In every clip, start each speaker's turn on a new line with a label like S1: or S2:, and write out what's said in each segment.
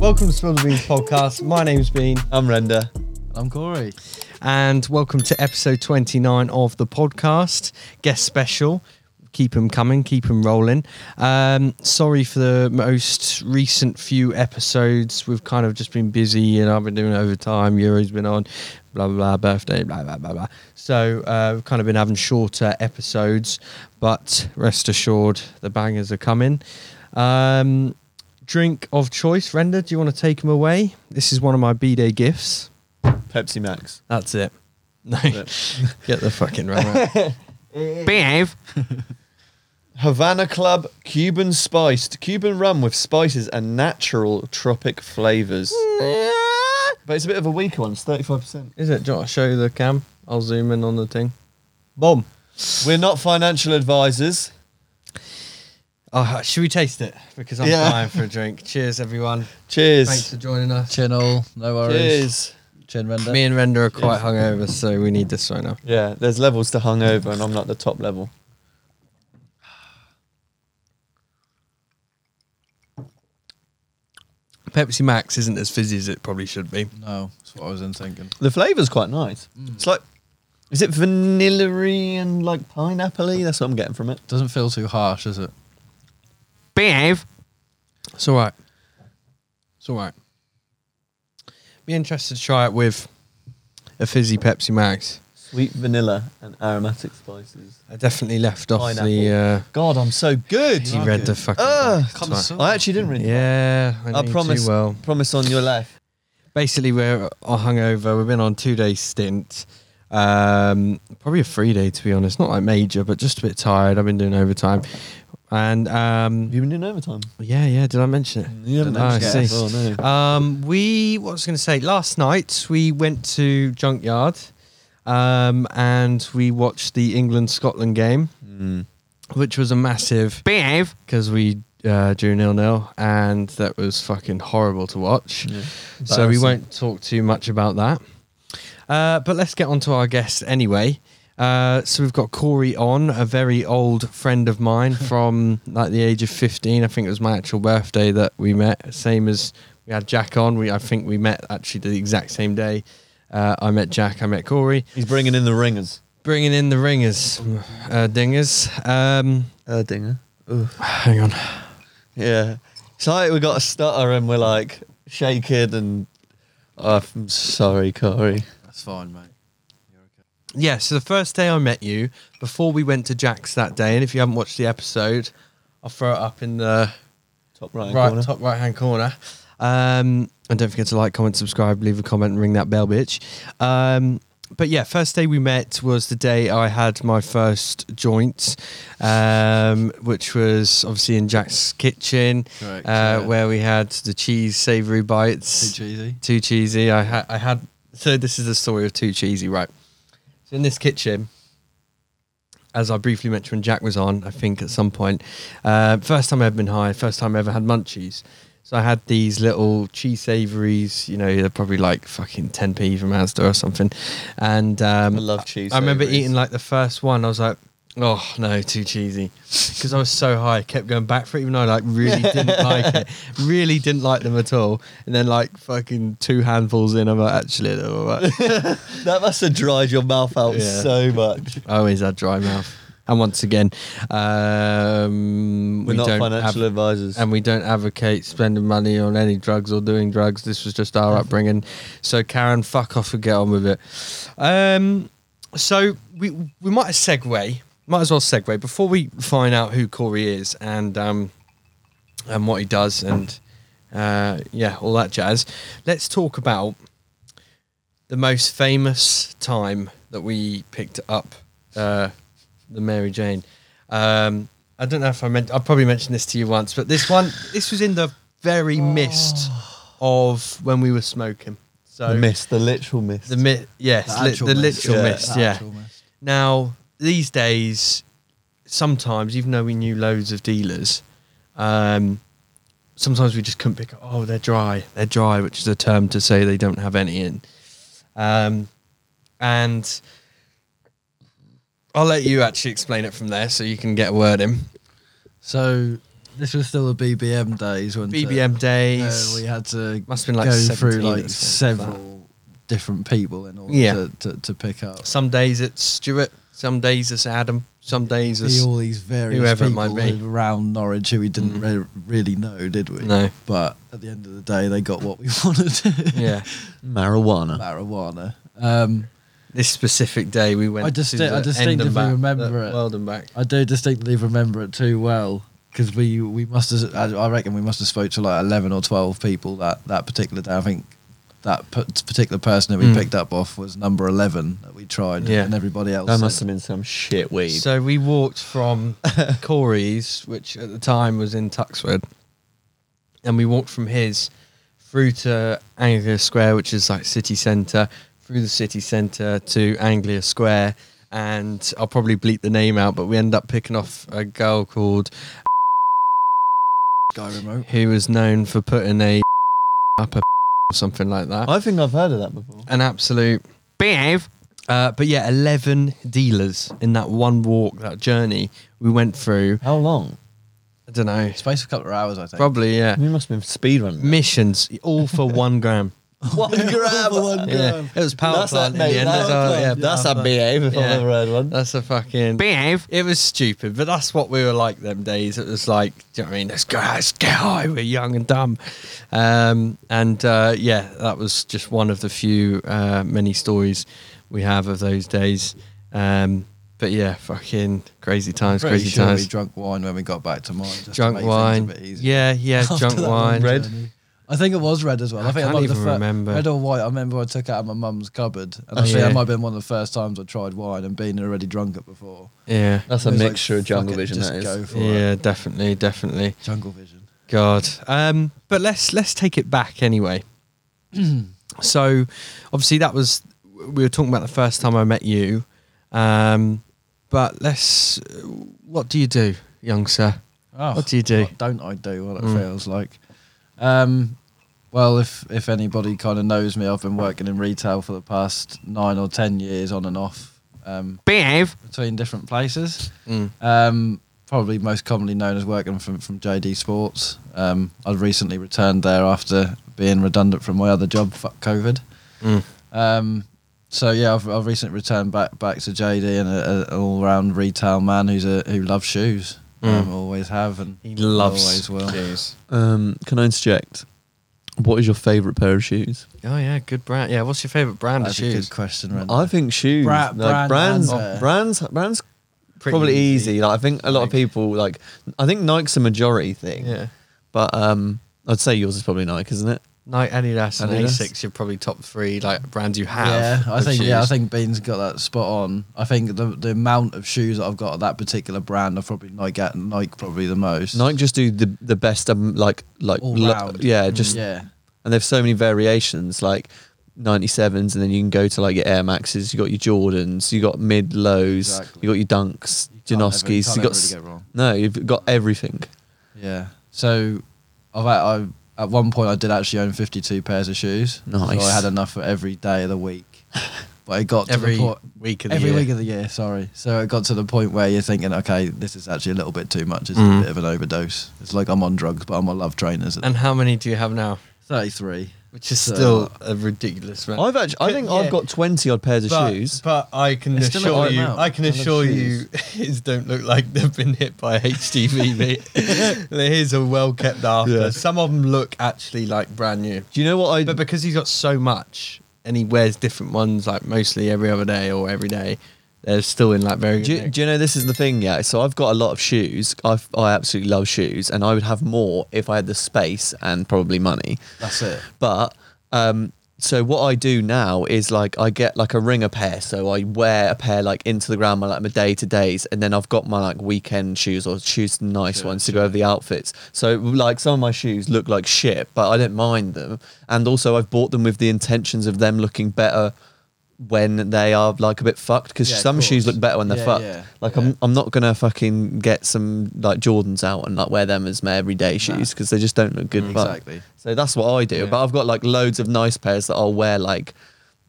S1: Welcome to Spill the Beans podcast. My name's Bean,
S2: I'm Render.
S3: I'm Corey.
S1: and welcome to episode 29 of the podcast, guest special. Keep them coming, keep them rolling. Um, sorry for the most recent few episodes. We've kind of just been busy and I've been doing overtime. Euro's been on, blah, blah, blah, birthday, blah, blah, blah, blah. So uh, we've kind of been having shorter episodes, but rest assured, the bangers are coming. Um, drink of choice, Render, do you want to take them away? This is one of my B Day gifts.
S2: Pepsi Max.
S1: That's it. No,
S2: That's
S1: get the fucking right. Behave.
S2: Havana Club Cuban spiced Cuban rum with spices and natural tropic flavors. But it's a bit of a weaker one. It's thirty-five percent.
S1: Is it? Do you want to show the cam? I'll zoom in on the thing. Boom.
S2: We're not financial advisors.
S1: Oh, should we taste it? Because I'm
S2: Yeah.
S1: dying for a drink. Cheers, everyone. Thanks
S2: Cheers.
S1: for joining us.
S3: Chin all, no worries.
S2: Cheers.
S3: Chin render.
S1: Me and Render are quite hungover, so we need this right now.
S2: Yeah, there's levels to hungover, and I'm not the top level.
S1: Pepsi Max isn't as fizzy as it probably should be.
S3: No, that's what I was in thinking.
S2: The flavour's quite nice. It's like, is it vanilla-y and like pineapple-y? That's what I'm getting from it.
S3: Doesn't feel too harsh, does it?
S1: Behave. It's all right. It's all right. Be interested to try it with a fizzy Pepsi Max.
S2: Sweet vanilla and aromatic spices.
S1: I definitely left off the. Uh,
S2: Pineapple. God, I'm so good.
S1: he
S3: like
S1: read
S3: it?
S1: the fucking.
S2: Ugh.
S1: book. It's all right.
S2: I actually didn't really.
S1: Yeah, I,
S2: I
S1: knew too
S2: promise.
S1: well,
S2: Promise on your life.
S1: basically, we're all hungover. We've been on two day stint, um, probably a three day to be honest. Not like major, but just a bit tired. I've been doing overtime, and um,
S2: Have you been doing overtime?
S1: yeah, yeah. Did I mention it?
S2: You haven't
S1: Dunno, I
S2: mentioned it
S1: see.
S2: before, no.
S1: Um, we what was I going to say? Last night we went to Junkyard, um, and we watched the England Scotland game,
S2: Mm,
S1: which was a massive behave because we uh, drew nil nil, and that was fucking horrible to watch. So
S2: Yeah.
S1: we
S2: Embarrassing.
S1: won't talk too much about that. Uh, but let's get on to our guest anyway. Uh, so we've got Corey on, a very old friend of mine from like the age of 15. I think it was my actual birthday that we met. Same as we had Jack on. We I think we met actually the exact same day. Uh, I met Jack. I met Corey.
S2: He's bringing in the ringers.
S1: Bringing in the ringers, uh, dingers. Um,
S2: Uh, dinger.
S1: hang on.
S2: Yeah. It's like we got a stutter and we're like shaking and. Oh, I'm sorry, Corey.
S3: That's fine, mate. You're okay.
S1: Yeah, so the first day I met you, before we went to Jack's that day, and if you haven't watched the episode, I'll throw it up in the
S2: Top right,
S1: right
S2: corner.
S1: top right hand corner. Um, and don't forget to like, comment, subscribe, leave a comment, and ring that bell, bitch. Um, but yeah, first day we met was the day I had my first joint, um, which was obviously in Jack's kitchen,
S3: Correct,
S1: uh,
S3: yeah.
S1: where we had the cheese savory
S3: Too
S1: bites
S3: cheesy.
S1: too cheesy. I had I had so this is the story of too cheesy, right? So in this kitchen, as I briefly mentioned when Jack was on, I think at some point, uh, first time I've been high, first time I ever had munchies. So I had these little cheese savouries, you know, they're probably like fucking 10p from Asda or something. And um,
S2: I love cheese
S1: I remember
S2: savouries.
S1: eating like the first one. I was like, oh no, too cheesy, because I was so high. I kept going back for it, even though I like really didn't like it. Really didn't like them at all. And then like fucking two handfuls in, I'm like, actually, they're all right."
S2: That must have dried your mouth out
S1: Yeah.
S2: so much.
S1: I always had dry mouth. And once again, um,
S2: We're
S1: we
S2: not
S1: don't
S2: financial
S1: adv-
S2: advisors.
S1: and we don't advocate spending money on any drugs or doing drugs. This was just our upbringing. So Karen, fuck off and get on with it. Um, so we we might as segue, might as well segue before we find out who Corey is and um, and what he does and uh, yeah, all that jazz. Let's talk about the most famous time that we picked up uh, the Mary Jane. Um, I don't know if I meant. I probably mentioned this to you once, but this one, this was in the very mist of when we were smoking. So
S2: the mist, the literal mist.
S1: the mi- yes,
S3: The
S1: li-
S3: actual
S1: the
S3: mist,
S1: literal
S2: yeah.
S1: mist.
S3: The
S1: Yeah.
S3: actual mist.
S1: Now these days, sometimes even though we knew loads of dealers, um, sometimes we just couldn't pick up. Oh, they're dry. They're dry, which is a term to say they don't have any in. Um, and I'll let you actually explain it from there, so you can get a word in.
S3: So This was still the BBM days when
S1: BBM days.
S3: uh, we had to
S1: Must have been like
S3: go through
S1: 17 or something like
S3: like several different people in order
S1: Yeah.
S3: to, to, to pick up.
S1: Some days it's Stuart. Some days it's Adam. Some days
S3: See
S1: it's
S3: all these various
S1: whoever it
S3: people
S1: might be.
S3: around Norwich who we didn't
S1: Mm.
S3: re- really know, did we?
S1: no.
S3: But at the end of the day, they got what we wanted.
S1: Yeah,
S2: Marijuana.
S3: marijuana. Um,
S1: this specific day we went.
S3: I disti-
S1: to the
S3: I distinctively
S1: end and back,
S3: remember
S1: the
S3: it.
S1: World and back.
S3: I do distinctly remember it too well because we we must have I I reckon we must have spoke to like eleven or twelve people that that particular day. I think that p- particular person that we
S1: Mm.
S3: picked up off was number eleven that we tried,
S1: Yeah.
S3: and everybody else.
S2: That
S3: said-
S2: must have been some shit weed.
S1: So we walked from Corey's, which at the time was in Tuxford, and we walked from his through to Anglia Square, which is like city centre, through the city centre to Anglia Square. And I'll probably bleep the name out, but we end up picking off a girl called
S3: Guy remote.
S1: who was known for putting a up a or something like that.
S2: I think I've heard of that before.
S1: an absolute behave. Uh, but yeah, 11 dealers in that one walk, that journey we went through.
S2: How long?
S1: I don't know.
S3: Space for a couple of hours, I think.
S1: Probably, yeah.
S2: We must have been speedrunning. that.
S1: Missions, all for one gram.
S2: One grab.
S3: One
S1: Yeah. It was power
S2: That's
S1: plant in the
S2: that, mate.
S1: end.
S2: That's,
S1: That's, all- yeah,
S2: that's
S1: power
S2: a
S1: plant.
S2: behave if I've
S1: Yeah.
S2: ever heard one.
S1: That's a fucking behave. It was stupid, but that's what we were like them days. It was like, do you know what I mean? Let's go, let's get high. We're young and dumb. Um, and uh, yeah, that was just one of the few uh, many stories we have of those days. Um, but yeah, fucking crazy times,
S3: Pretty
S1: crazy
S3: sure we
S1: times.
S3: drunk wine when we got back to mine. Just
S1: Drunk
S3: to make things
S1: wine.
S3: A bit easier.
S1: Yeah, yeah,
S3: After
S1: drunk
S3: that long
S1: wine.
S2: Red.
S3: journey. I think it was red as well. I,
S1: I
S3: think
S1: can't
S3: I might
S1: even
S3: the fir-
S1: remember.
S3: Red or white. I remember I took it out of my mum's cupboard, and I
S1: Oh,
S3: think
S1: yeah.
S3: that might have been one of the first times I tried wine and being already drunk it before.
S1: Yeah.
S2: That's
S3: It
S2: a
S3: was like,
S2: mixture of
S3: fuck
S2: Jungle
S3: it,
S2: Vision,
S3: just
S2: that is.
S3: Go for it.
S1: Yeah, definitely, definitely.
S3: Jungle Vision.
S1: God. Um, but let's let's take it back anyway. so, obviously, that was we were talking about the first time I met you. Um, but let's. What do you do, young sir?
S3: Oh,
S1: What do you do?
S3: What don't I do? What it
S1: Mm.
S3: feels like. Um, well, if if anybody kind of knows me, I've been working in retail for the past nine or ten years, on and off, um,
S1: Behave.
S3: between different places.
S1: Mm,
S3: Um, probably most commonly known as working from, from JD Sports. Um, I recently returned there after being redundant from my other job, fuck COVID.
S1: mm.
S3: Um, so yeah, I've, I've recently returned back back to JD and a, a, an all round retail man who's a who loves shoes.
S1: Hmm.
S3: Um, always have and
S1: He loves
S3: always will.
S1: shoes.
S2: Um, can I interject? What is your favourite pair of shoes?
S1: Oh yeah, good brand. Yeah, what's your favorite brand
S3: That's
S1: of
S3: a
S1: shoes?
S3: good question. Ren.
S2: I think shoes.
S3: Bra-
S2: like
S3: brands
S2: brands,
S3: and- uh,
S2: brands, brands.
S1: Pretty
S2: Probably
S1: easy.
S2: easy. Like I think a lot of
S1: Like-
S2: people like. I think Nike's a majority thing.
S1: Yeah.
S2: But um, I'd say yours is probably Nike, isn't it?
S1: Nike, Adidas, and
S2: Adidas.
S1: Asics. You're probably top three like brands you
S3: yeah,
S1: have.
S3: I
S1: of
S3: think yeah, I
S1: shoes.
S3: think Bean's got that spot on. I think the the amount of shoes that I've got at that particular brand, I've probably Nike Nike probably the most.
S2: Nike just do the the best. Um, like like
S3: All
S2: lo-
S3: round. Mm,
S2: yeah, just
S3: yeah.
S2: and they've so many variations like 97s and then you can go to like your air maxes you got your jordans you got mid lows
S3: Exactly.
S2: you got your dunks
S3: can't ever- you
S2: Janoskis,
S3: can't
S2: you got
S3: ever
S2: s-
S3: really get wrong.
S2: no you've got everything
S3: Yeah. So I've had, I at one point I did actually own 52 pairs of shoes.
S2: Nice.
S3: So I had enough for every day of the week. But it got to
S1: every
S3: the point
S1: week of the
S3: every
S1: year.
S3: week of the year, sorry. So it got to the point where you're thinking, okay, this is actually a little bit too much. It's
S1: Mm.
S3: a bit of an overdose. It's like I'm on drugs, but I'm on love trainers.
S1: and how many do you have now?
S3: 33.
S1: Which is
S3: So-
S1: still a ridiculous amount.
S2: i've actually i think
S1: Yeah.
S2: i've got 20 odd pairs of
S1: but,
S2: shoes
S1: But I can
S3: It's still a
S1: assure
S3: high
S1: you,
S3: amount.
S1: I can
S3: I love
S1: assure you,
S3: shoes.
S1: his don't look like they've been hit by HTV. mate. his are well kept after.
S2: Yeah.
S1: Some of them look actually like brand new,
S2: do you know what i
S1: but because he's got so much and he wears different ones like mostly every other day or every day, they're still in like very.
S2: do
S1: good
S2: you,
S1: nick.
S2: do you know this is the thing yeah so i've got a lot of shoes i i absolutely love shoes and i would have more if i had the space and probably money
S3: That's it.
S2: But um, so what I do now is like I get like a ringer pair, so I wear a pair like into the ground, my like my day to days, and then I've got my like weekend shoes or choose nice
S3: Sure,
S2: ones to go over the outfits. So like some of my shoes look like shit, but I don't mind them, and also I've bought them with the intentions of them looking better when they are like a bit fucked because
S3: Yeah, of
S2: some shoes
S3: course.
S2: look better when they're
S3: Yeah,
S2: fucked
S3: yeah,
S2: like
S3: yeah.
S2: I'm, I'm not gonna fucking get some like jordans out and like wear them as my everyday shoes because they just don't look good fucked.
S3: Exactly.
S2: So that's what I do.
S1: Yeah.
S2: But I've got like loads of nice pairs that I'll wear like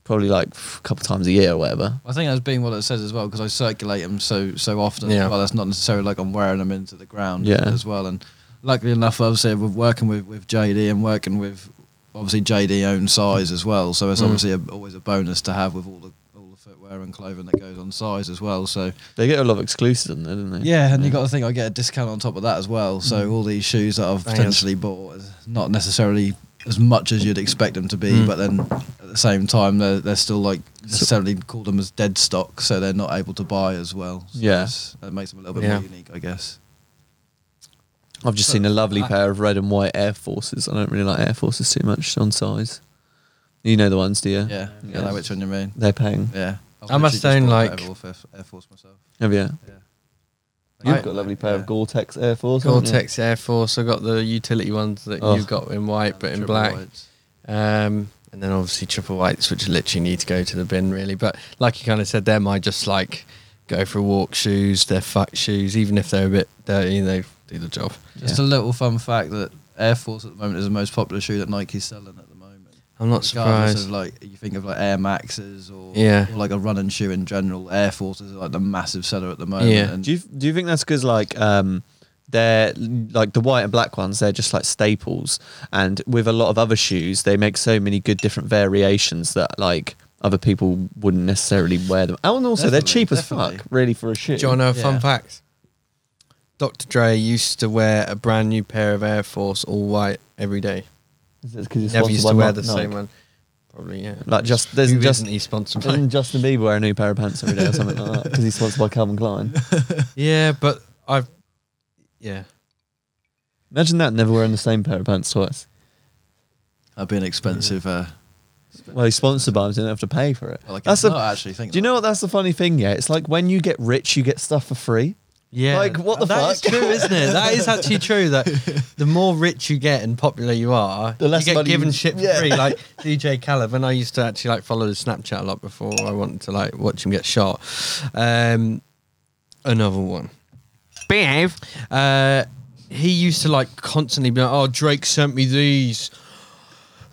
S2: probably like a couple times a year or whatever.
S3: I think that's being what it says as well because I circulate them so so often.
S1: Yeah.
S3: as Well, that's not necessarily like I'm wearing them into the ground
S2: Yeah.
S3: as well. And luckily enough, obviously, we're working with, with JD and working with obviously JD own size as well. So it's
S1: Mm.
S3: obviously a, always a bonus to have with all the all the footwear and clothing that goes on size as well. So
S2: They get a lot of exclusives in there, don't they?
S3: yeah, and you got to think I get a discount on top of that as well. So all these shoes that I've
S1: Bangers.
S3: potentially bought is not necessarily as much as you'd expect them to be,
S1: Mm.
S3: but then at the same time they're they're still like necessarily call them as dead stock, so they're not able to buy as well. So
S2: Yeah.
S3: it's- that makes them a little bit
S1: Yeah.
S3: more unique, I guess.
S2: I've just seen a lovely
S3: I-
S2: pair of red and white Air Forces. I don't really like Air Forces too much on size. You know the ones, do you?
S3: Yeah, yeah,
S2: Yeah.
S3: know which one you mean?
S2: They're paying.
S3: Yeah,
S1: I must
S3: literally just
S1: own,
S3: bought a pair
S1: like-
S3: of Air Force- Air Force myself.
S2: Have you?
S3: Yeah.
S2: You've
S3: I-
S2: got a lovely pair
S3: yeah.
S2: of Gore-Tex Air Force. haven't you?
S1: Gore-Tex Air Force. I got the utility ones that
S2: Oh.
S1: you've got in white, but in
S3: Triple
S1: black.
S3: whites.
S1: Um, and then obviously triple whites, which literally need to go to the bin, really. But like you kind of said, they're my just like go for a walk shoes. They're fuck shoes, even if they're a bit dirty, they do the job.
S3: Just
S2: Yeah.
S3: a little fun fact that Air Force at the moment is the most popular shoe that Nike's selling at the moment.
S1: I'm not
S3: Regardless
S1: surprised.
S3: Of like you think of like Air Maxes or
S1: Yeah.
S3: or like a running shoe in general. Air Forces are like the massive seller at the moment.
S1: Yeah.
S3: And
S2: Do you do you think that's because like um they're like the white and black ones they're just like staples and with a lot of other shoes they make so many good different variations that like other people wouldn't necessarily wear them Oh, and also they're
S3: Definitely,
S2: cheap as
S3: definitely.
S2: fuck really for a shoe
S1: Do you want to know a
S3: Yeah.
S1: uh, fun fact? Dr. Dre used to wear a brand new pair of Air Force all white every day.
S2: because
S1: He never used to wear the same one. Probably, yeah.
S2: Like, just- there's
S1: Who
S2: just-
S1: isn't he sponsored by?
S2: doesn't Justin Bieber wear a new pair of pants every day or something like that because he's sponsored by Calvin Klein
S1: Yeah, but I've yeah.
S2: imagine that never wearing the same pair of pants twice
S3: that'd be an expensive. Uh,
S2: well he's sponsored by him so he didn't have to pay for it
S3: well, I guess
S2: that's
S3: not
S2: the,
S3: actually. Think
S2: do you know what that's the funny thing yeah it's like when you get rich you get stuff for free
S1: Yeah.
S2: Like, what the
S1: That is
S2: fuck?
S1: true, isn't it? That is actually true that the more rich you get and popular you are,
S2: The less
S1: you get
S2: money
S1: given
S2: you-
S1: shit for
S2: Yeah.
S1: free. Like DJ Khaled, when I used to actually like follow his Snapchat a lot before I wanted to like watch him get shot. Um another one. Behave. Uh he used to like constantly be like, Oh, Drake sent me these.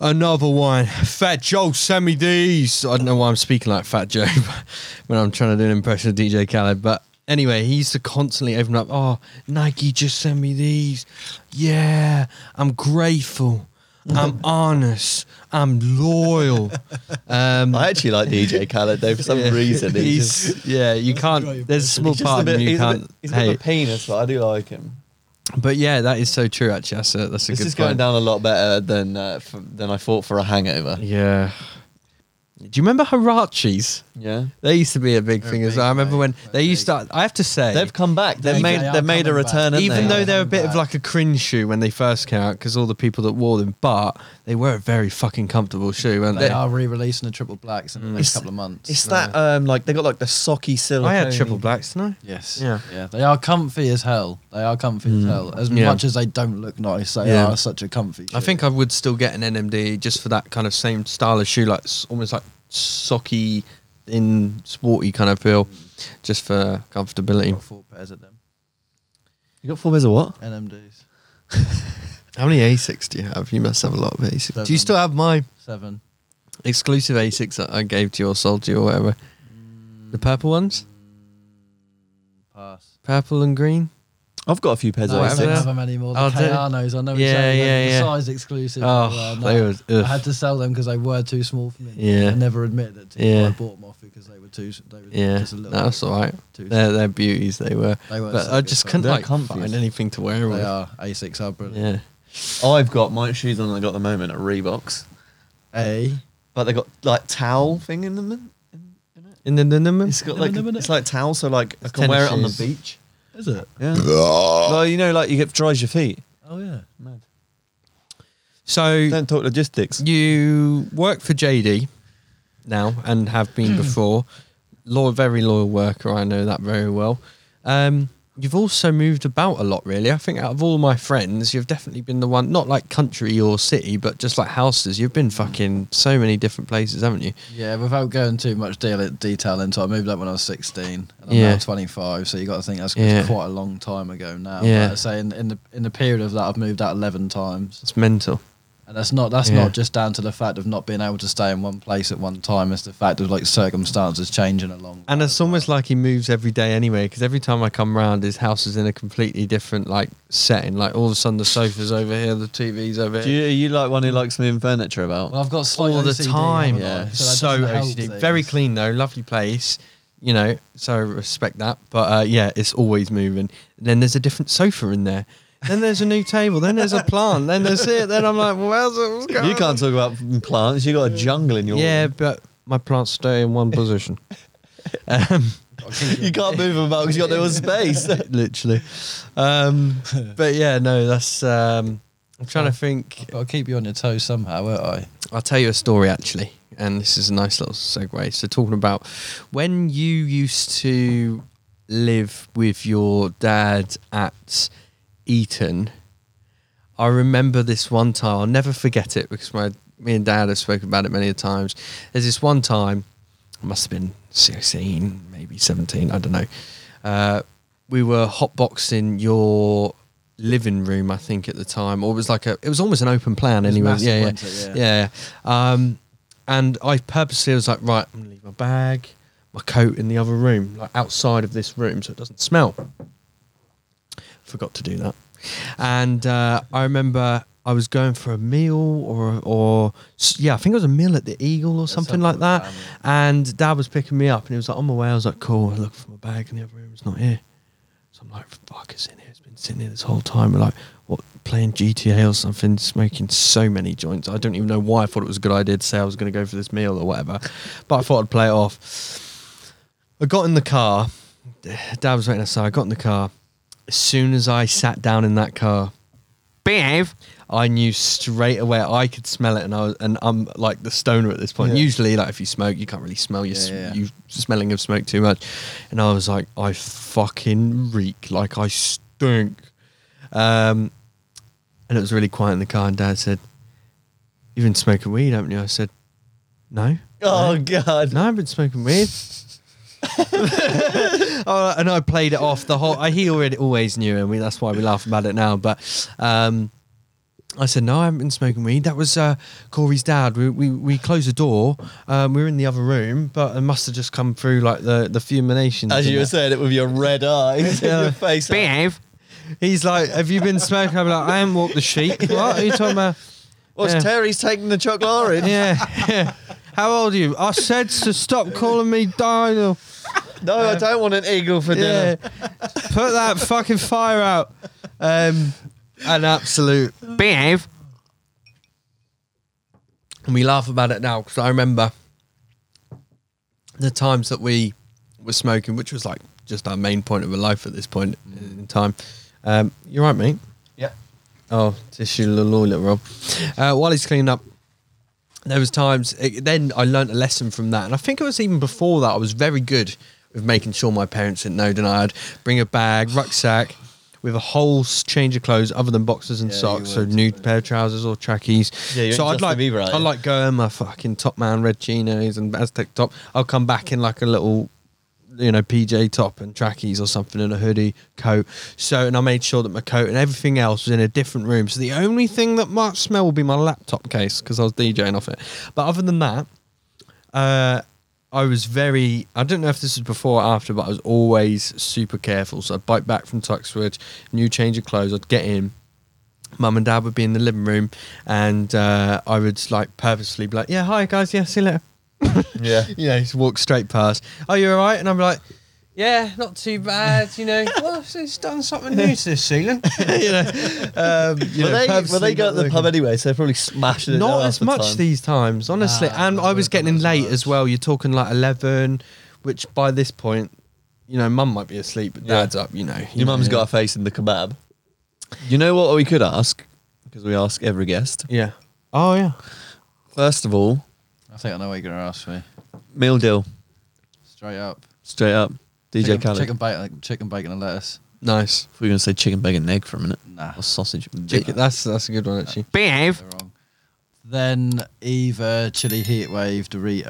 S1: Another one. Fat Joe send me these. I don't know why I'm speaking like Fat Joe but- when I'm trying to do an impression of DJ Khaled, but anyway, he used to constantly open up, oh, Nike just send me these. Yeah, I'm grateful. I'm honest. I'm loyal. Um,
S2: I actually like DJ Khaled though for some
S1: yeah,
S2: reason. He's,
S1: he's-
S2: just-
S1: yeah, you can't.
S3: great
S1: There's a
S2: he's
S1: small
S2: just
S1: part
S2: a
S1: of
S2: bit,
S1: him you
S2: he's a
S1: can't
S2: bit, he's a bit
S1: hate.
S2: of a penis, but I do like him.
S1: But yeah, that is so true. Actually, that's a, that's a
S2: This
S1: good
S2: is
S1: point.
S2: going down a lot better than uh, f- than I thought for a hangover.
S1: Yeah. Do you remember Harachis?
S2: Yeah,
S1: They used to be a big
S3: They're
S1: thing as
S3: big,
S1: well. I remember
S3: mate.
S1: when
S3: They're
S1: they used to.
S3: big.
S1: I have to say,
S2: they've come back. They've
S3: They-
S2: made
S3: they are
S2: they've made a
S3: coming
S2: return.
S3: back.
S2: haven't
S1: even
S2: they?
S1: though they're a
S3: Coming
S1: bit of
S3: back.
S1: like a cringe shoe when they first came out, because all the people that wore them, but they were a very fucking comfortable shoe, weren't
S3: they
S1: they?
S3: are re-releasing the triple blacks in
S1: Mm.
S3: the next
S2: It's-
S3: couple of months.
S2: it's that um like they got like the socky silicone.
S1: I had triple blacks, didn't
S3: Yes.
S1: Yeah.
S3: Yeah. They are comfy as hell. They are comfy as hell. As
S1: Mm. Yeah.
S3: much as they don't look nice, they
S1: Yeah.
S3: are such a comfy.
S1: I? I
S3: shoe.
S1: think I would still get an NMD just for that kind of same style of shoe, like s- almost like socky, in sporty kind of feel, just for comfortability.
S3: Got four pairs of them.
S2: You got four pairs of what?
S3: NMDs.
S1: How many Asics do you have? You must have a lot of Asics. Do you
S3: Seven.
S1: still have my
S3: Seven.
S1: exclusive Asics that I gave to you or sold to you or whatever? The purple ones,
S3: Pass.
S1: purple and green.
S2: I've got a few pairs
S1: No,
S2: of
S1: I
S3: I
S1: haven't
S3: don't
S1: there?
S2: Asics.
S3: have them anymore. The
S1: Oh,
S3: oh,
S1: do you?
S3: Kayanos, I know
S1: Yeah,
S3: exactly.
S1: yeah,
S3: the
S1: yeah.
S3: size exclusive.
S1: Oh,
S3: uh,
S1: they was.
S3: I had
S1: Ugh.
S3: to sell them because they were too small for me.
S1: Yeah.
S3: I never admitted it. To you.
S1: Yeah.
S3: I bought them off because they were too. They were
S1: Yeah,
S3: just a little.
S1: that's
S3: bit
S1: all right.
S3: Too,
S1: They're, they're beauties, they were.
S3: They were
S1: But
S3: so
S1: I
S3: good
S1: just
S3: fun.
S1: couldn't
S2: They're
S1: like
S2: comfy.
S1: find anything to wear
S3: they
S1: with.
S3: are A6 are brilliant.
S1: Yeah.
S2: I've got my shoes on. I got at the moment at Reeboks,
S3: A.
S2: but they got like towel thing in them.
S1: And then the number.
S2: It's got
S3: Never,
S2: like
S3: never, never.
S2: it's like towel, so like I
S1: It's
S2: can wear
S1: tennis
S2: it on the
S1: shoes.
S2: beach.
S3: Is it?
S2: Yeah. well, you know, like you get dries your feet.
S3: Oh yeah.
S1: So
S2: Don't talk logistics.
S1: you work for JD now and have been before. Loyal, very loyal worker. I know that very well. Um, you've also moved about a lot, really. I think out of all my friends, you've definitely been the one, not like country or city, but just like houses. You've been fucking so many different places, haven't you?
S3: Yeah, without going too much deal, detail into it, I moved up when I was 16 and I'm
S1: Yeah.
S3: now 25, so you got to think that's
S1: Yeah.
S3: quite a long time ago now.
S1: Yeah.
S3: Like I say in, in, the, in the period of that, I've moved out 11 times.
S1: It's mental.
S3: And that's not that's
S1: Yeah.
S3: not just down to the fact of not being able to stay in one place at one time. It's the fact of like circumstances changing along.
S1: And it's almost like he moves every day anyway, because every time I come round, his house is in a completely different like setting. Like all of a sudden, the sofa's over here, the TV's over
S2: Do
S1: here.
S2: you, are you like one
S1: Mm.
S2: who likes moving furniture about?
S1: Oh,
S3: Well, I've got slight
S1: all the
S3: OCD,
S1: time.
S3: haven't I?
S2: Yeah.
S3: that
S1: So
S3: doesn't help
S1: OCD.
S3: things.
S1: Very clean though, lovely place. You know, so I respect that. But uh, yeah, it's always moving. then there's a different sofa in there. Then there's a new table. Then there's a plant. Then there's it. Then I'm like, well, where's it? What's going
S2: you
S1: on?
S2: can't talk about plants. You got a jungle in your.
S1: Yeah, but my plants stay in one position.
S2: You can't move them about because you got no space.
S1: literally. Um, but yeah, no, that's. Um, I'm trying to think.
S3: I've got to keep you on your toes somehow, won't I?
S1: I'll tell you a story actually, and this is a nice little segue. So, talking about when you used to live with your dad at Eton, I remember this one time. I'll never forget it because my me and dad have spoken about it many a times. There's this one time. I must have been 16, maybe 17. I don't know. Uh, we were hotboxing your living room, I think, at the time, or it was like a. It was almost an open plan.
S3: It was
S1: Anyway,
S3: massive,
S1: yeah, yeah,
S3: wasn't it?
S1: yeah, yeah. Um, and I purposely was like, right, I'm gonna leave my bag, my coat in the other room, like outside of this room, so it doesn't smell. Forgot to do that, and uh, I remember I was going for a meal or or s- yeah, I think it was a meal at the Eagle or something, like that. And dad was picking me up and he was like, on my way. I was like, cool. I look for my bag in the other room. It's not here. So I'm like, fuck, it's in here. It's been sitting here this whole time. We're like, what, playing GTA or something, smoking so many joints. I don't even know why I thought it was a good idea to say I was going to go for this meal or whatever. But I thought I'd play it off. I got in the car. Dad was waiting outside. I got in the car. As soon as I sat down in that car, behave. I knew straight away. I could smell it, and I was, and I'm like the stoner at this point.
S3: Yeah.
S1: Usually, like if you smoke, you can't really smell your
S3: Yeah,
S1: sm-
S3: yeah.
S1: you smelling of smoke too much. And I was like, I fucking reek, like I stink. Um, and it was really quiet in the car. And Dad said, "You've been smoking weed, haven't you?" I said, "No."
S2: oh god.
S1: No, I've been smoking weed. oh, and I played it off the whole. I, he already always knew, and we, that's why we laugh about it now. But um, I said, no, I haven't been smoking weed. That was uh, Corey's dad. We, we we closed the door. Um, we were in the other room, but it must have just come through like the the fuminations.
S2: As
S1: and
S2: you were
S1: that.
S2: saying it with your red eyes, and
S1: Yeah.
S2: your face.
S1: Behave. He's like, have you been smoking? I'm like, I haven't walked the sheep. What are you talking about?
S2: What's
S1: Yeah.
S2: Terry's taking the chocolate orange?
S1: Yeah, yeah. How old are you? I said to stop calling me Dino.
S2: No, I don't want an eagle for dinner.
S1: Put that fucking fire out. Um, an absolute behave. And we laugh about it now because I remember the times that we were smoking, which was like just our main point of our life at this point in time. Um, you're right, mate.
S3: Yeah.
S1: Oh, tissue lolly little Rob. Uh, while he's cleaning up, there was times. It, then I learnt a lesson from that, and I think it was even before that. I was very good with making sure my parents didn't know. Then I'd bring a bag, rucksack, with a whole s- change of clothes other than boxers and
S3: Yeah, you
S1: socks, so
S3: would.
S1: new pair of trousers or trackies.
S2: Yeah, you ain't
S1: so I'd
S2: Justin
S1: like,
S2: Bieber, are you?
S1: I'd like go in my fucking top man red chinos and Aztec top. I'll come back in like a little you know PJ top and trackies or something and a hoodie coat. So and I made sure that my coat and everything else was in a different room. So the only thing that might smell will be my laptop case because I was DJing off it. But other than that, uh, I was very. I don't know if this is before or after, but I was always super careful. So I'd bike back from Tuxford, new change of clothes. I'd get in. Mum and Dad would be in the living room, and uh, I would like purposely be like, "Yeah, hi guys, yeah, see you later."
S2: Yeah.
S1: you know, just walk straight past. Oh, you're all right? And I'm like, yeah, not too bad. You know, well, it's done something new to this ceiling. you know, um, you know,
S2: Well, they, well,
S1: purposely
S2: they go
S1: not
S2: to the
S1: looking.
S2: pub anyway, so they're probably smashing it.
S1: Not
S2: half
S1: as
S2: the
S1: much
S2: time. Ah,
S1: these times, honestly.
S3: Nah,
S1: and
S3: not
S1: I was
S3: worth it
S1: getting
S3: as
S1: late
S3: much.
S1: as well. You're talking like 11, which by this point, you know, mum might be asleep, but
S2: Yeah.
S1: dad's up, you know.
S2: Your mum's got a face in the kebab. You know what we could ask? Because we ask every guest.
S1: Yeah. Oh, yeah.
S2: First of all,
S3: I think I know what you're going to ask me.
S2: meal deal.
S3: Straight up.
S2: Straight up. DJ
S3: chicken,
S2: Khaled.
S3: Chicken bacon, chicken bacon and lettuce.
S1: Nice.
S2: We were going to say chicken, bacon, and egg for a minute.
S3: Nah.
S2: Or sausage.
S1: Chicken. That's that's a good one, actually.
S3: They're wrong. then either chili heat wave, Doritos,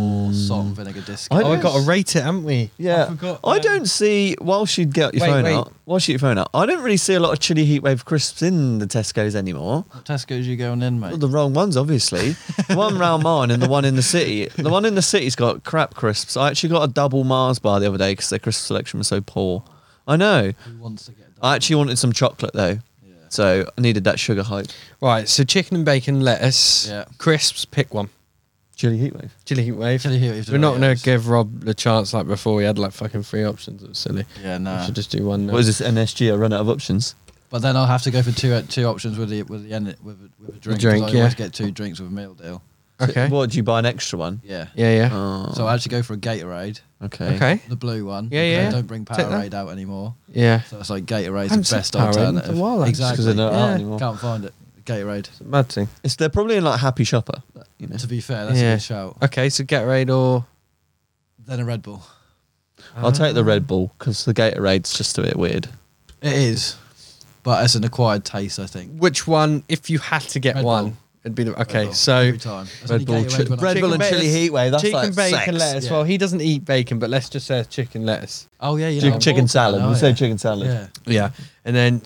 S3: or
S1: Mm.
S3: salt and vinegar disco.
S2: I
S1: oh,
S2: don't-
S1: we've got to rate it, haven't we?
S2: Yeah,
S3: I forgot,
S2: I
S3: um,
S2: don't see. Whilst you get your
S1: Wait,
S2: phone
S1: wait.
S2: out, whilst you get your phone out, I don't really see a lot of chili heat wave crisps in the Tesco's anymore.
S3: Tesco's you going in, mate.
S2: Well, the wrong ones, obviously. one round mine and the one in the city. The one in the city's got crap crisps. I actually got a double Mars bar the other day because their crisp selection was so poor. I know.
S3: Who wants to get a
S2: I actually wanted some chocolate though,
S3: double? Yeah.
S2: so I needed that sugar hype.
S1: Right, so chicken and bacon, lettuce,
S3: Yeah.
S1: crisps, pick one.
S2: Chili heat wave.
S1: Chili heat wave.
S3: Chili heat wave
S1: We're not going
S3: Doritos.
S1: to give Rob the chance like before. We had like fucking three options. It was silly.
S3: Yeah, no.
S1: We should just do one now.
S2: What is this MSG? I run out of options.
S3: But then I'll have to go for two uh, two options with the with the end with a, with a drink. 'cause
S1: drink,
S3: I
S1: yeah.
S3: always get two drinks with a meal deal.
S1: Okay.
S2: What do you buy an extra one?
S3: Yeah.
S1: Yeah, yeah.
S2: Oh,
S3: So I actually go for a Gatorade,
S2: okay.
S1: Okay.
S3: the blue one.
S1: Yeah,
S3: because
S1: yeah.
S3: They don't bring
S1: Take that.
S3: Powerade out anymore.
S1: Yeah.
S3: So it's like Gatorade's
S1: Haven't
S3: the
S1: seen
S3: best
S1: Powerade in a
S3: alternative.
S1: while, actually.
S2: Just 'cause they're
S3: exactly.
S2: not out
S1: Yeah.
S2: anymore.
S3: Can't find it. Gatorade.
S1: It's a mad thing.
S2: It's, they're probably in like Happy Shopper. You know.
S3: To be fair, that's
S1: Yeah.
S3: a good shout.
S1: Okay, so Gatorade or
S3: Then a Red Bull.
S1: Ah.
S2: I'll take the Red Bull because the Gatorade's just a bit weird.
S3: It is, but it's an acquired taste, I think.
S1: Which one? If you had to get
S3: Red
S1: one,
S3: Bull.
S1: it'd be the
S3: Red
S1: okay.
S3: Bull,
S1: So
S3: every time. There's
S2: Red
S3: only
S2: Bull,
S3: Gatorade
S2: chi-
S3: when I'm-
S2: Red Bull and
S1: Chicken
S2: chili
S1: base-
S2: heat wave. That's
S1: chicken
S2: like
S1: bacon
S2: sex.
S1: lettuce.
S3: Yeah.
S1: Well, he doesn't eat bacon, but let's just say it's chicken lettuce.
S3: Oh yeah, you know,
S2: Chicken,
S3: I'm
S2: chicken
S3: awful,
S2: salad.
S3: aren't
S2: We
S3: I?
S2: say chicken salad.
S3: Yeah.
S1: Yeah, and then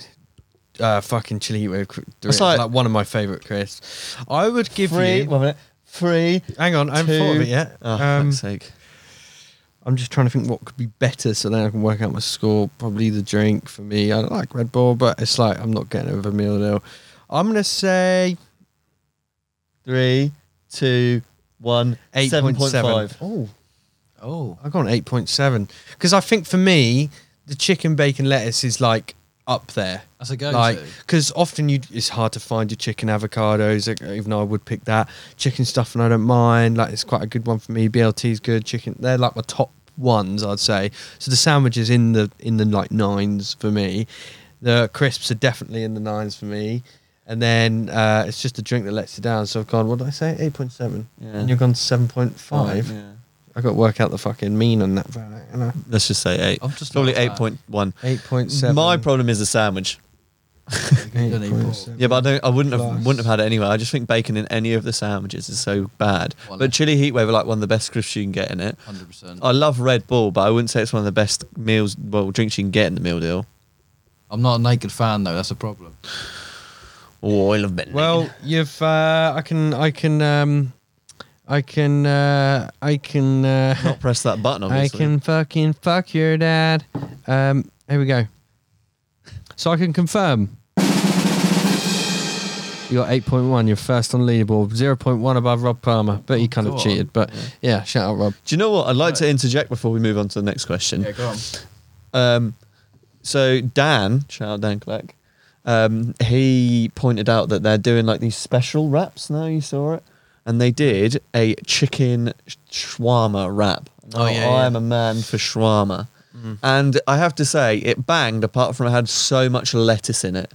S1: uh, fucking chili heat wave. cr- Doritos,
S2: That's like-
S1: like, one of my favorite crisps. I would give
S2: Three.
S1: you.
S2: One minute. Three.
S1: Hang on, I haven't thought of
S2: two-
S1: it yet.
S2: Oh,
S1: Um,
S2: fuck's sake.
S1: I'm just trying to think what could be better, so then I can work out my score. Probably the drink for me. I don't like Red Bull, but it's like I'm not getting over meal deal. I'm gonna say
S2: Three, two, one.
S1: eight
S2: Seven
S1: point
S2: point
S1: seven.
S2: five.
S1: Oh,
S3: Oh.
S1: I've gone eight point seven because I think for me the chicken bacon lettuce is like up there.
S3: That's a go-to.
S1: Like, because often you it's hard to find your chicken avocados. like, Even though I would pick that chicken stuff, and I don't mind. Like it's quite a good one for me. BLT's good. Chicken, they're like my top ones, I'd say. So the sandwiches in the in the like nines for me. The crisps are definitely in the nines for me. And then uh, it's just a drink that lets you down. So I've gone. What did I say? Eight point seven.
S2: Yeah.
S1: And you've gone seven point five.
S2: Yeah.
S1: I got to work out the fucking mean on that. You know?
S2: Let's just say eight.
S3: I'm just
S2: Probably
S3: not
S2: eight
S3: that.
S2: point one.
S1: Eight point seven.
S2: My problem is the sandwich.
S3: You don't need pork.
S1: 8.7.
S2: Yeah, but I don't. I wouldn't have
S1: Class.
S2: wouldn't have had it anyway. I just think bacon in any of the sandwiches is so bad.
S3: Well,
S2: But chili heat wave are like one of the best crisps you can get in it.
S3: 100%.
S2: I love Red Bull, but I wouldn't say it's one of the best meals, well, drinks you can get in the meal deal.
S3: I'm not a naked fan though. That's a problem.
S2: Oh, I love bit.
S1: Well, you've. Uh, I can. I can. Um, I can. Uh, I can. Uh,
S2: not press that button.
S1: I
S2: Obviously.
S1: can fucking fuck your dad. Um, here we go. So I can confirm. You got 8.1. You're first on leaderboard. 0.1 above Rob Palmer, but he
S2: Oh,
S1: kind
S3: Go
S1: of
S3: on.
S1: cheated. But yeah, shout out Rob.
S2: Do you know what? I'd like to interject before we move on to the next question.
S3: Yeah, go on.
S2: Um, so Dan, shout out Dan Clark, um, he pointed out that they're doing like these special wraps now. You saw it, and they did a chicken sh- shawarma wrap.
S1: Oh, yeah,
S2: I
S1: yeah. Mm.
S2: am a man for shawarma, and I have to say it banged. Apart from it had so much lettuce in it,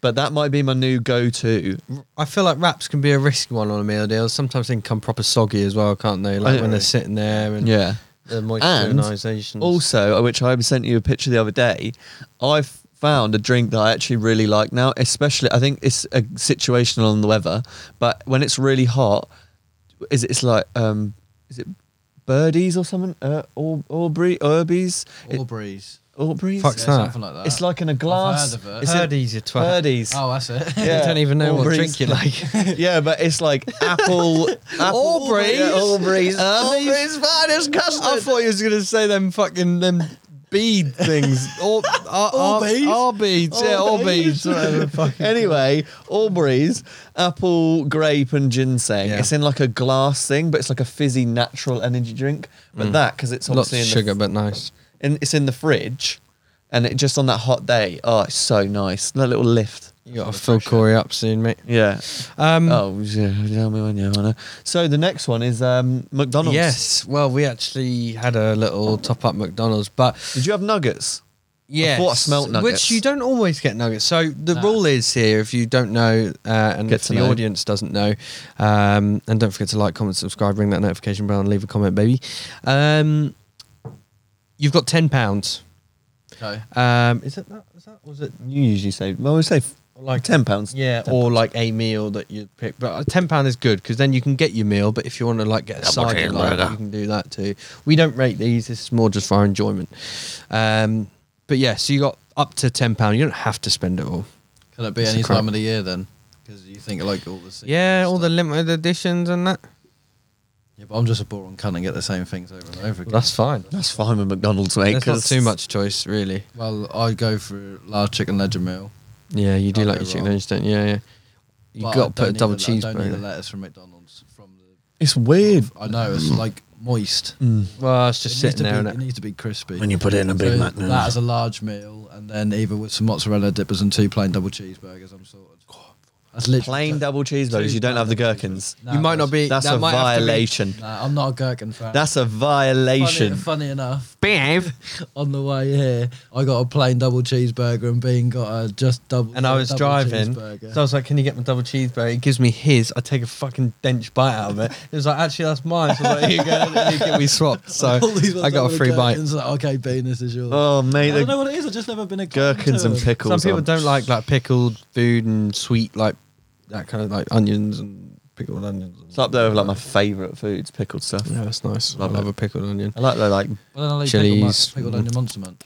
S2: but that might be my new go-to.
S1: I feel like wraps can be a risky one on a meal deal. Sometimes they can come proper soggy as well, can't they? Like
S2: I-
S1: when they're sitting there and
S2: Yeah.
S1: the
S2: And
S1: moisturisation.
S2: Also, uh, which I sent you a picture the other day, I've found a drink that I actually really like now, especially I think it's a situational on the weather, but when it's really hot, is it, it's like um is it birdies or something? Uh, Aub- Aubrey Urbies? It,
S3: Aubrey's.
S2: Aubrey's?
S1: Fuck. What's
S3: Yeah,
S1: that?
S3: Something like that.
S2: It's like in a glass.
S3: I've heard of it.
S2: Is
S1: Heard easier twat.
S2: Birdies.
S3: oh, that's it.
S1: I don't even know what
S2: Aubrey's.
S1: drink you like.
S2: yeah, but it's like apple, apple
S1: Aubrey's?
S2: Yeah,
S1: Aubrey's.
S2: Aubrey's. Aubrey's Uh, finest custard.
S1: I thought you was gonna say them fucking them bead things. Or ar- ar-
S2: beads?
S1: ar- beads, yeah, or beads. whatever the fuck.
S2: anyway, Aubrey's apple, grape, and ginseng.
S1: Yeah.
S2: It's in like a glass thing, but it's like a fizzy natural energy drink. But that because it's
S1: Mm. Lots
S2: obviously
S1: of
S2: in
S1: sugar,
S2: the,
S1: but nice.
S2: in, it's in the fridge, and it just on that hot day. Oh, it's so nice. That little lift.
S1: You gotta fill Corey up soon, mate.
S2: Yeah.
S1: Um,
S2: Oh, yeah, tell me when you wanna. So the next one is um, McDonald's.
S1: yes. Well, we actually had a little top up McDonald's, but
S2: Did you have nuggets?
S1: yes,
S2: thought I smelt nuggets.
S1: which you don't always get nuggets. So the
S3: Nah.
S1: rule is here: if you don't know, uh, and
S2: Get
S1: if
S2: to
S1: the
S2: know.
S1: audience doesn't know, um, and don't forget to like, comment, subscribe, ring that notification bell, and leave a comment, baby. Um, you've got ten pounds.
S3: Okay.
S1: Um, is it that? Is that? Or is it
S2: You usually say. Well, we say
S1: like
S2: ten pounds.
S1: yeah, or like a meal that you pick. But uh, ten pound is good because then you can get your meal. But if you want to like get a side,
S4: okay,
S1: and like,
S4: brother.
S1: you can do that too. We don't rate these. This is more just for our enjoyment. Um, but yeah, so you got up to ten pound. You don't have to spend it all.
S3: Can it be
S1: It's a
S3: any
S1: crap.
S3: time of the year then? Because you think like all the seasons
S1: Yeah,
S3: and
S1: all the
S3: stuff.
S1: limited editions and that.
S3: yeah, but I'm just a bore on cunning at the same things over and over again.
S1: that's fine.
S2: That's fine with McDonald's, mate.
S1: There's not
S2: 'cause-
S1: too much choice, really.
S3: well, I go for large chicken ledger meal.
S1: Yeah, you do
S3: Can't
S1: like
S3: go
S1: your chicken
S3: wrong.
S1: wings, don't you? Yeah, yeah. You
S3: but
S1: got
S3: I
S1: to put a
S3: don't
S1: double
S3: need the- I don't need the
S1: cheeseburger.
S3: lettuce from McDonald's. From the
S2: It's weird.
S3: I know
S4: Mm.
S3: it's like moist.
S2: Mm.
S1: Well, it's just
S3: it
S1: sitting there,
S3: needs to be,
S1: innit?
S3: it needs to be crispy.
S4: When you put it in a Big
S3: So
S4: Mac now.
S3: that as a large meal, and then either with some mozzarella dippers and two plain double cheeseburgers, I'm sorted. That's literally
S2: Plain double cheeseburgers. You don't have the gherkins.
S3: No,
S1: you might not be.
S2: That's
S1: that
S2: a
S1: might have to be-
S2: violation.
S3: Nah, I'm not a gherkin fan.
S2: That's a
S3: funny,
S2: violation.
S3: funny enough.
S4: Behave.
S3: On the way here, I got a plain double cheeseburger, and Bean got a just double.
S1: and I was
S3: double
S1: driving.
S3: cheeseburger.
S1: So I was like, "Can you get my double cheeseburger?" He gives me his. I take a fucking dench bite out of it. It was like, "Actually, that's mine." So I was like, "Here you go." And then he get- we swapped. So
S3: All these ones
S1: I got
S3: with
S1: a
S3: the
S1: free bite.
S3: gherkins, like, okay, Bean, this is yours.
S2: Oh,
S3: I
S2: mate.
S3: don't know
S2: The
S3: what it is. I've just never been a
S2: gherkins and
S3: pickles.
S1: Some
S2: pickles. um,
S1: people
S2: are-
S1: don't like like pickled food and sweet like that kind of like onions and pickled onions.
S2: It's up there with like my favourite foods, pickled stuff.
S1: Yeah, that's nice.
S2: Love
S1: I love
S2: it.
S1: a pickled onion.
S2: I like the like,
S3: Well, then I'll eat
S1: Chilies.
S3: pickled, pickled onion monster man.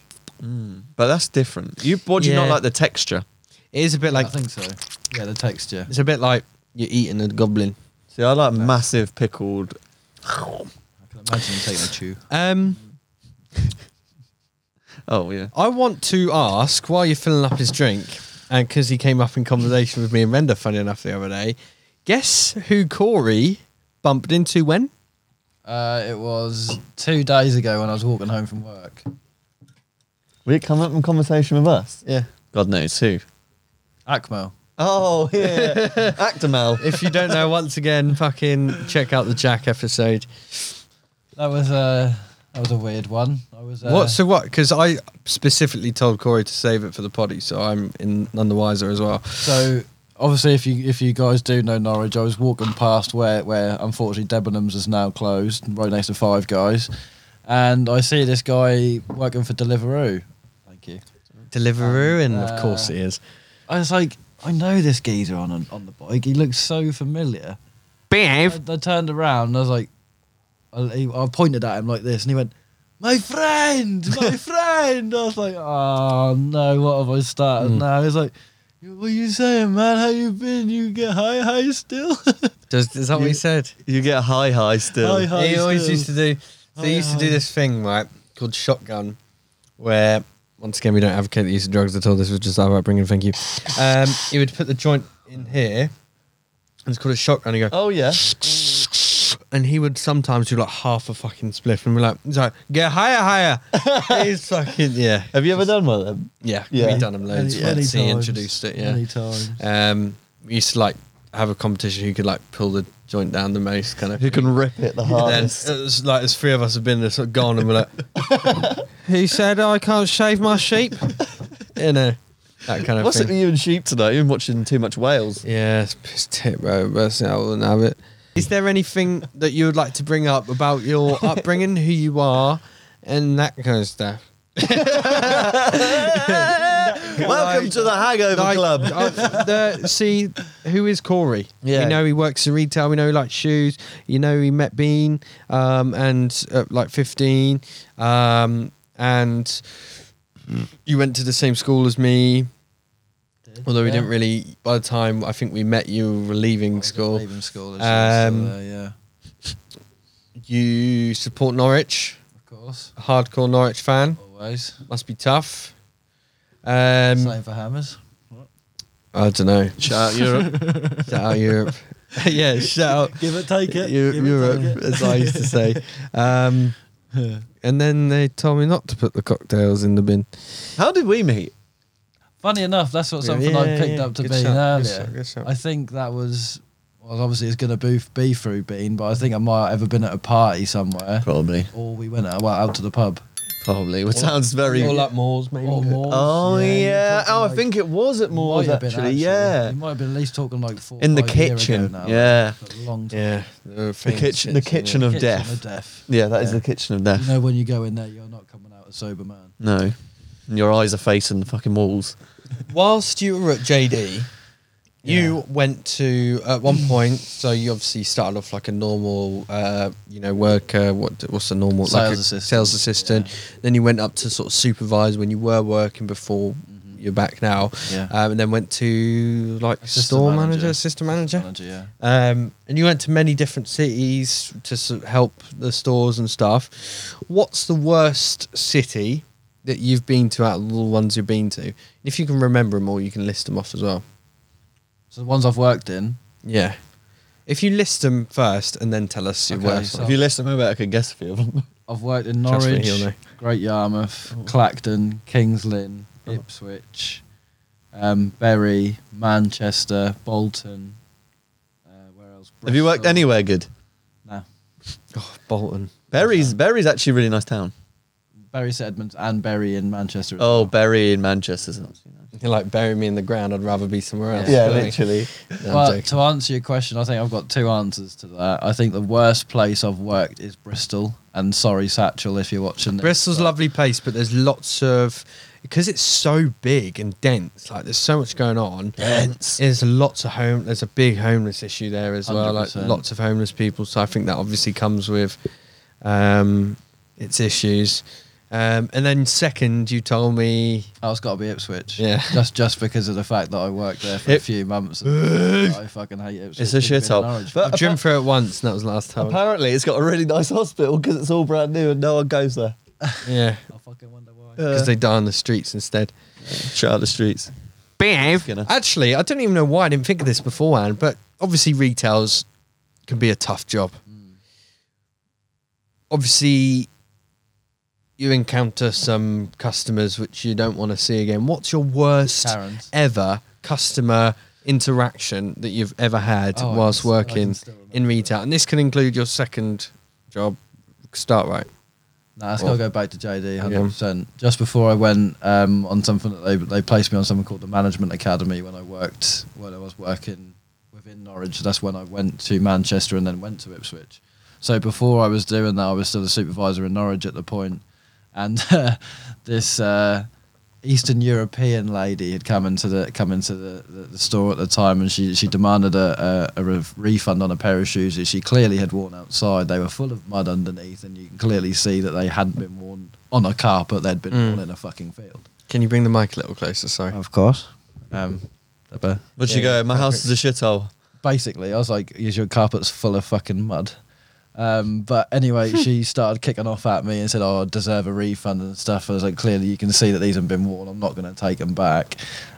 S2: mm, but that's different. You, what do you not
S1: Yeah.
S2: like the texture?
S1: It is a bit like
S3: I think so. Yeah, the texture.
S1: it's a bit like you're eating a goblin.
S2: See, I like massive pickled.
S3: I can imagine him taking a chew.
S1: Um,
S2: Oh yeah.
S1: I want to ask while you're filling up his drink, and because he came up in conversation with me and Render, funny enough, the other day. Guess who Corey bumped into when?
S3: Uh, it was two days ago when I was walking home from work.
S2: Will it come up in conversation with us?
S1: Yeah.
S2: God knows who.
S3: Akmal.
S2: Oh yeah, Actimel.
S1: If you don't know, once again, fucking check out the Jack episode.
S3: That was a that was a weird one. I was uh,
S1: what? So what? Because I specifically told Corey to save it for the potty, so I'm in none the wiser as well.
S3: so obviously if you if you guys do know Norwich, I was walking past where where unfortunately Debenhams is now closed, right next to Five Guys, and I see this guy working for Deliveroo. Thank you.
S1: Deliveroo, and of
S3: Uh,
S1: course he is.
S3: I was like, I know this geezer on on, on the bike. He looks so familiar.
S4: Behave.
S3: I, I turned around and I was like, I, he, I pointed at him like this, and he went, "My friend, my friend." I was like, "Oh no, what have I started
S2: Hmm.
S1: Mm.
S3: now?" He's like, "What you saying, man? How you been? You get high, high still?
S1: Does, is that what he
S2: You-
S1: said?
S2: You get high, high still.
S3: Hi, hi.
S1: he always
S3: still.
S1: used to do. So he
S3: Hi,
S1: used to do
S3: hi.
S1: this thing, right, called shotgun, where once again we don't advocate the use of drugs at all. This was just our upbringing. Thank you. Um, he would put the joint in here. and It's called a shotgun. You go,
S2: Oh yeah.
S1: and he would sometimes do like half a fucking spliff, and we're like, he's like, get higher, higher. he's fucking yeah,
S2: Have you ever done one of them?
S1: yeah.
S2: Yeah.
S1: We've done him loads.
S3: Any- any
S1: once he
S3: times.
S1: introduced it. Yeah.
S3: Many times.
S1: Um, we used to like have a competition who could like pull the joint down the most kind of.
S2: You can rip it the
S1: And then
S2: hardest.
S1: it was like there's three of us have been there, sort of gone, and we're like, "Who said I can't shave my sheep?" You know, that kind of
S2: What's it with
S1: thing.
S2: you and sheep tonight? You've been watching too much whales.
S1: Yeah, it's piss tip, bro. Personally, I wouldn't have it. Is there anything that you would like to bring up about your upbringing, who you are, and that kind of stuff?
S2: Welcome to the Hangover
S1: Like,
S2: Club.
S1: I- the- see, who is Corey?
S2: Yeah.
S1: We know he works in retail. We know he likes shoes. You know he met Bean um, and uh, like 15. Um, and you went to the same school as me. Although we
S3: Yeah.
S1: didn't really, by the time I think we met you we were
S3: I
S1: leaving
S3: was
S1: school,
S3: Leaving school. as
S1: Um,
S3: well, so, uh, yeah,
S1: you support Norwich,
S3: of course,
S1: hardcore Norwich fan.
S3: always.
S1: Must be tough. Um,
S3: Same for hammers.
S1: I don't know.
S2: Shout out Europe.
S1: Shout out Europe. yeah, shout out
S3: Give it, take it.
S1: Eu-
S3: Give it,
S1: Europe,
S3: take it.
S1: as I used to say. Um, and then they told me not to put the cocktails in the bin.
S2: How did we meet?
S3: Funny enough, that's what something I
S1: Yeah,
S3: picked
S1: yeah,
S3: up to
S1: good
S3: Bean
S1: shout, good
S3: earlier.
S1: shout, good shout.
S3: I think that was well, obviously it's going to be through Bean, but I think I might have ever been at a party somewhere,
S2: Probably.
S3: or we went out, well, out to the pub.
S2: Probably. It sounds very.
S1: Or like Moors, maybe.
S3: Or more.
S2: Oh yeah. Oh, I think it was at
S3: it might
S2: Moore's
S3: have been
S2: actually. Yeah.
S3: you might have been at least talking like four.
S2: In the
S3: five year ago
S2: kitchen,
S3: now,
S2: yeah.
S3: like, a long time.
S1: Yeah. The,
S2: The kitchen. The kitchen of
S3: Kitchen
S2: death.
S3: of death.
S2: Yeah, that is
S3: Yeah.
S2: the kitchen of
S3: You
S2: death.
S3: know when you go in there, you're not coming out a sober man.
S2: No. And your eyes are facing the fucking walls.
S1: whilst you were at JD, you went to at one point. So you obviously started off like a normal, uh, you know, worker. What what's the normal like
S3: Sales
S1: a
S3: assistant,
S1: Sales assistant. Then you went up to sort of supervise when you were working before. You're back now,
S3: Mm-hmm. Yeah.
S1: um, and then went to like
S3: Assistant
S1: store manager,
S3: manager.
S1: assistant manager,
S3: Manager, yeah.
S1: um, and you went to many different cities to s- help the stores and stuff. What's the worst city that you've been to out of all the ones you've been to? If you can remember them all, you can list them off as well.
S3: So the ones I've worked in.
S1: Yeah. If you list them first and then tell us your
S3: Okay,
S1: worst.
S3: so-
S1: one.
S2: If you listen, maybe I can guess a few of them.
S3: I've worked in
S1: Trust me,
S3: Norwich,
S1: he'll know.
S3: Great Yarmouth, Clacton, Kings Lynn, Ipswich, um, Bury, Manchester, Bolton. Uh, where else?
S2: Have you worked
S3: Bristol.
S2: anywhere good?
S3: No.
S1: Oh, Bolton.
S2: Berry's Berry's actually a really nice town.
S3: Bury St Edmunds and Bury in Manchester. as
S2: Oh,
S3: well.
S2: Berry in Manchester. is not too nice.
S1: You're like, bury me in the ground. I'd rather be somewhere else.
S2: Yeah,
S1: Really.
S2: literally.
S1: No, I'm
S3: Well,
S1: joking.
S3: to answer your question, I think I've got two answers to that. I think the worst place I've worked is Bristol, and sorry, Satchel, if you're watching. This,
S1: Bristol's a
S3: but-
S1: lovely place, but there's lots of because it's so big and dense. Like there's so much going on.
S2: Dense.
S1: There's lots of home. There's a big homeless issue there as well. Like
S3: 100%.
S1: lots of homeless people. So I think that obviously comes with um, its issues. Um, and then second, you told me
S3: Oh, it's got to be Ipswich.
S1: Yeah.
S3: Just just because of the fact that I worked there for a
S2: Ip-
S3: few months. And I fucking hate Ipswich.
S2: It's a
S3: Should've been in
S2: shithole.
S3: Norwich.
S2: But
S1: I've driven through it once, and that was the last time.
S2: Apparently, it's got a really nice hospital because it's all brand new and no one goes there.
S1: Yeah,
S3: I fucking wonder why.
S2: Yeah.
S1: because they die on the streets instead.
S2: Shut out the streets.
S1: Behave.
S2: Gonna-
S1: Actually, I don't even know why I didn't think of this beforehand, but obviously retails can be a tough job. Obviously, you encounter some customers which you don't want to see again. What's your worst
S3: Karens.
S1: ever customer interaction that you've ever had
S3: Oh, I
S1: whilst
S3: can s- I can
S1: working
S3: still remember
S1: in retail? And this can include your second job. Start right.
S3: Nah, it's
S1: Well-
S3: got to go back to JD, hundred percent. Just before I went um, on something that they they placed me on something called the Management Academy when I worked when I was working within Norwich. That's when I went to Manchester and then went to Ipswich. So before I was doing that, I was still a supervisor in Norwich at the point, and this uh, Eastern European lady had come into the come into the, the, the store at the time, and she she demanded a, a, a re- refund on a pair of shoes that she clearly had worn outside. They were full of mud underneath, and you can clearly see that they hadn't been worn on a carpet; they'd been
S1: Mm.
S3: worn in a fucking field.
S1: Can you bring the mic a little closer? Sorry.
S3: Of course. Um, but
S2: Where'd you
S1: Yeah,
S2: go?
S1: yeah,
S2: My house is a shithole.
S3: basically, I was like, "Is your carpet's full of fucking mud?" Um, but anyway,
S1: Hmm.
S3: she started kicking off at me and said, "Oh, I deserve a refund and stuff." I was like, "Clearly, you can see that these have been worn. I'm not going to take them back."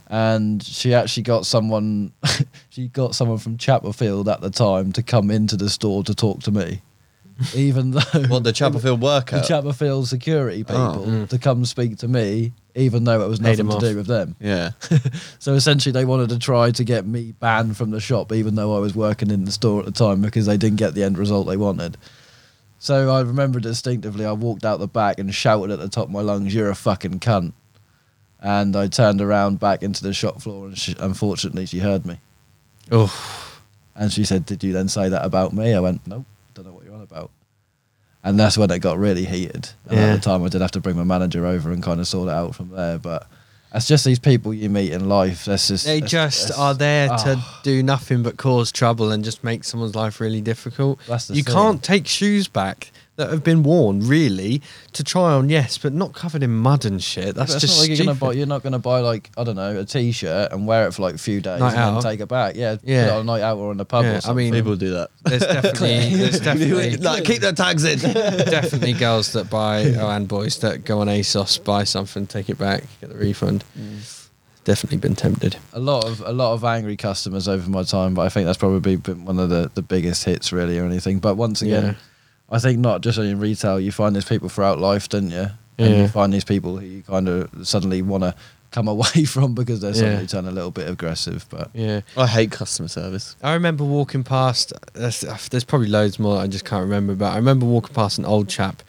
S3: And she actually got someone, she got someone from Chapelfield at the time to come into the store to talk to me, even though
S2: What, the Chapelfield worker?
S3: the Chapelfield security people
S2: Oh.
S1: Mm.
S3: to come speak to me, even though it was
S1: Paid
S3: nothing
S1: them
S3: to
S1: off.
S3: do with them.
S2: yeah.
S3: So essentially, they wanted to try to get me banned from the shop, even though I was working in the store at the time because they didn't get the end result they wanted. So I remember distinctively, I walked out the back and shouted at the top of my lungs, You're a fucking cunt. And I turned around back into the shop floor, and she, unfortunately, she heard me.
S1: Oh,
S3: And she said, Did you then say that about me? I went, Nope, don't know what you're on about. And that's when it got really heated. And
S1: Yeah.
S3: at the time, I did have to bring my manager over and kind of sort it out from there. But that's just these people you meet in life. That's just
S1: They
S3: that's-
S1: just
S3: that's-
S1: are there to
S3: oh,
S1: do nothing but cause trouble and just make someone's life really difficult.
S3: That's the
S1: you
S3: thing.
S1: can't take shoes back that have been worn, really, to try on, yes, but not covered in mud and shit. That's
S3: but it's
S1: just
S3: not like you're gonna
S1: stupid.
S3: buy. You're not gonna buy like I don't know a t-shirt and wear it for like a few days
S1: Night
S3: and
S1: out.
S3: then take it back. Yeah,
S1: Yeah.
S3: Put it on a night out or in the pub.
S1: Yeah, I
S3: or something.
S1: mean,
S2: People do that.
S1: There's definitely, there's definitely,
S2: like, keep their tags in.
S1: definitely girls that buy oh, and boys that go on ASOS, buy something, take it back, get the refund.
S3: Mm.
S1: Definitely been tempted.
S3: a lot of a lot of angry customers over my time, but I think that's probably been one of the, the biggest hits really or anything. But once again,
S1: Yeah.
S3: I think not just in retail, you find these people throughout life, don't you? And
S1: Yeah.
S3: you find these people who you kind of suddenly want to come away from because they're suddenly
S1: Yeah.
S3: turn a little bit aggressive. But
S1: Yeah.
S2: I hate customer service.
S1: I remember walking past. There's, there's probably loads more. I just can't remember, but I remember walking past an old chap.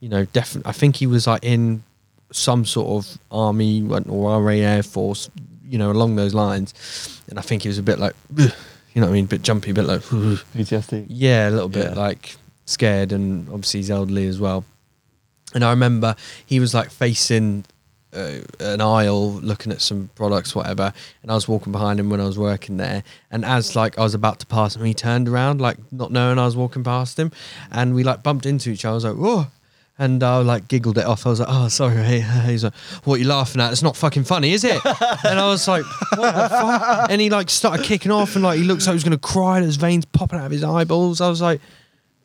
S1: You know, definitely. I think he was like in some sort of army or RA Air Force. You know, along those lines, and I think he was a bit like, "Ugh," you know, what I mean, a bit jumpy, a bit like, "Ugh."
S2: PTSD.
S1: yeah, a little bit
S2: Yeah.
S1: like scared, and obviously he's elderly as well. And I remember he was like facing uh, an aisle looking at some products, whatever. And I was walking behind him when I was working there. And as like I was about to pass him, he turned around, like not knowing I was walking past him, and we like bumped into each other. I was like, whoa. And I like giggled it off. I was like, "Oh, sorry." mate." He's like, "What are you laughing at? It's not fucking funny, is it?" and I was like, "What the fuck?" And he like started kicking off, and like he looked like he was gonna cry, and his veins popping out of his eyeballs. I was like,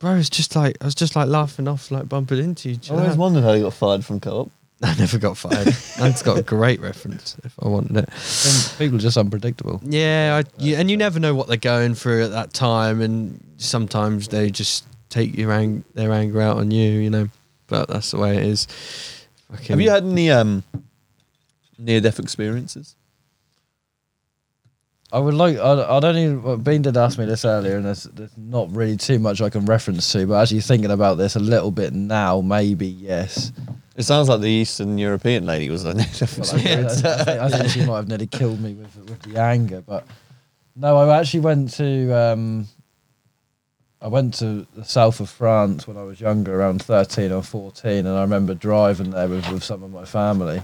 S1: "Bro, it's just like I was just like laughing off, like bumping into you."
S2: I always wondered how you got fired from co-op.
S1: I never got fired. That's got a great reference if I wanted it.
S3: Some People are just unpredictable.
S1: Yeah, I, you, and you never know what they're going through at that time, and sometimes they just take your ang- their anger out on you, you know. But that's the way it is. Fucking-
S2: Have you had any um, near-death experiences?
S3: I would like. I, I don't even. well, Bean did ask me this earlier, and there's, there's not really too much I can reference to. But actually thinking about this a little bit now, maybe yes.
S2: It sounds like the Eastern European lady was a near-death
S3: Well, I,
S2: experience.
S3: I, I, think, I think she might have nearly killed me with with the anger. But no, I actually went to. Um, I went to the south of France when I was younger, around thirteen or fourteen, and I remember driving there with, with some of my family,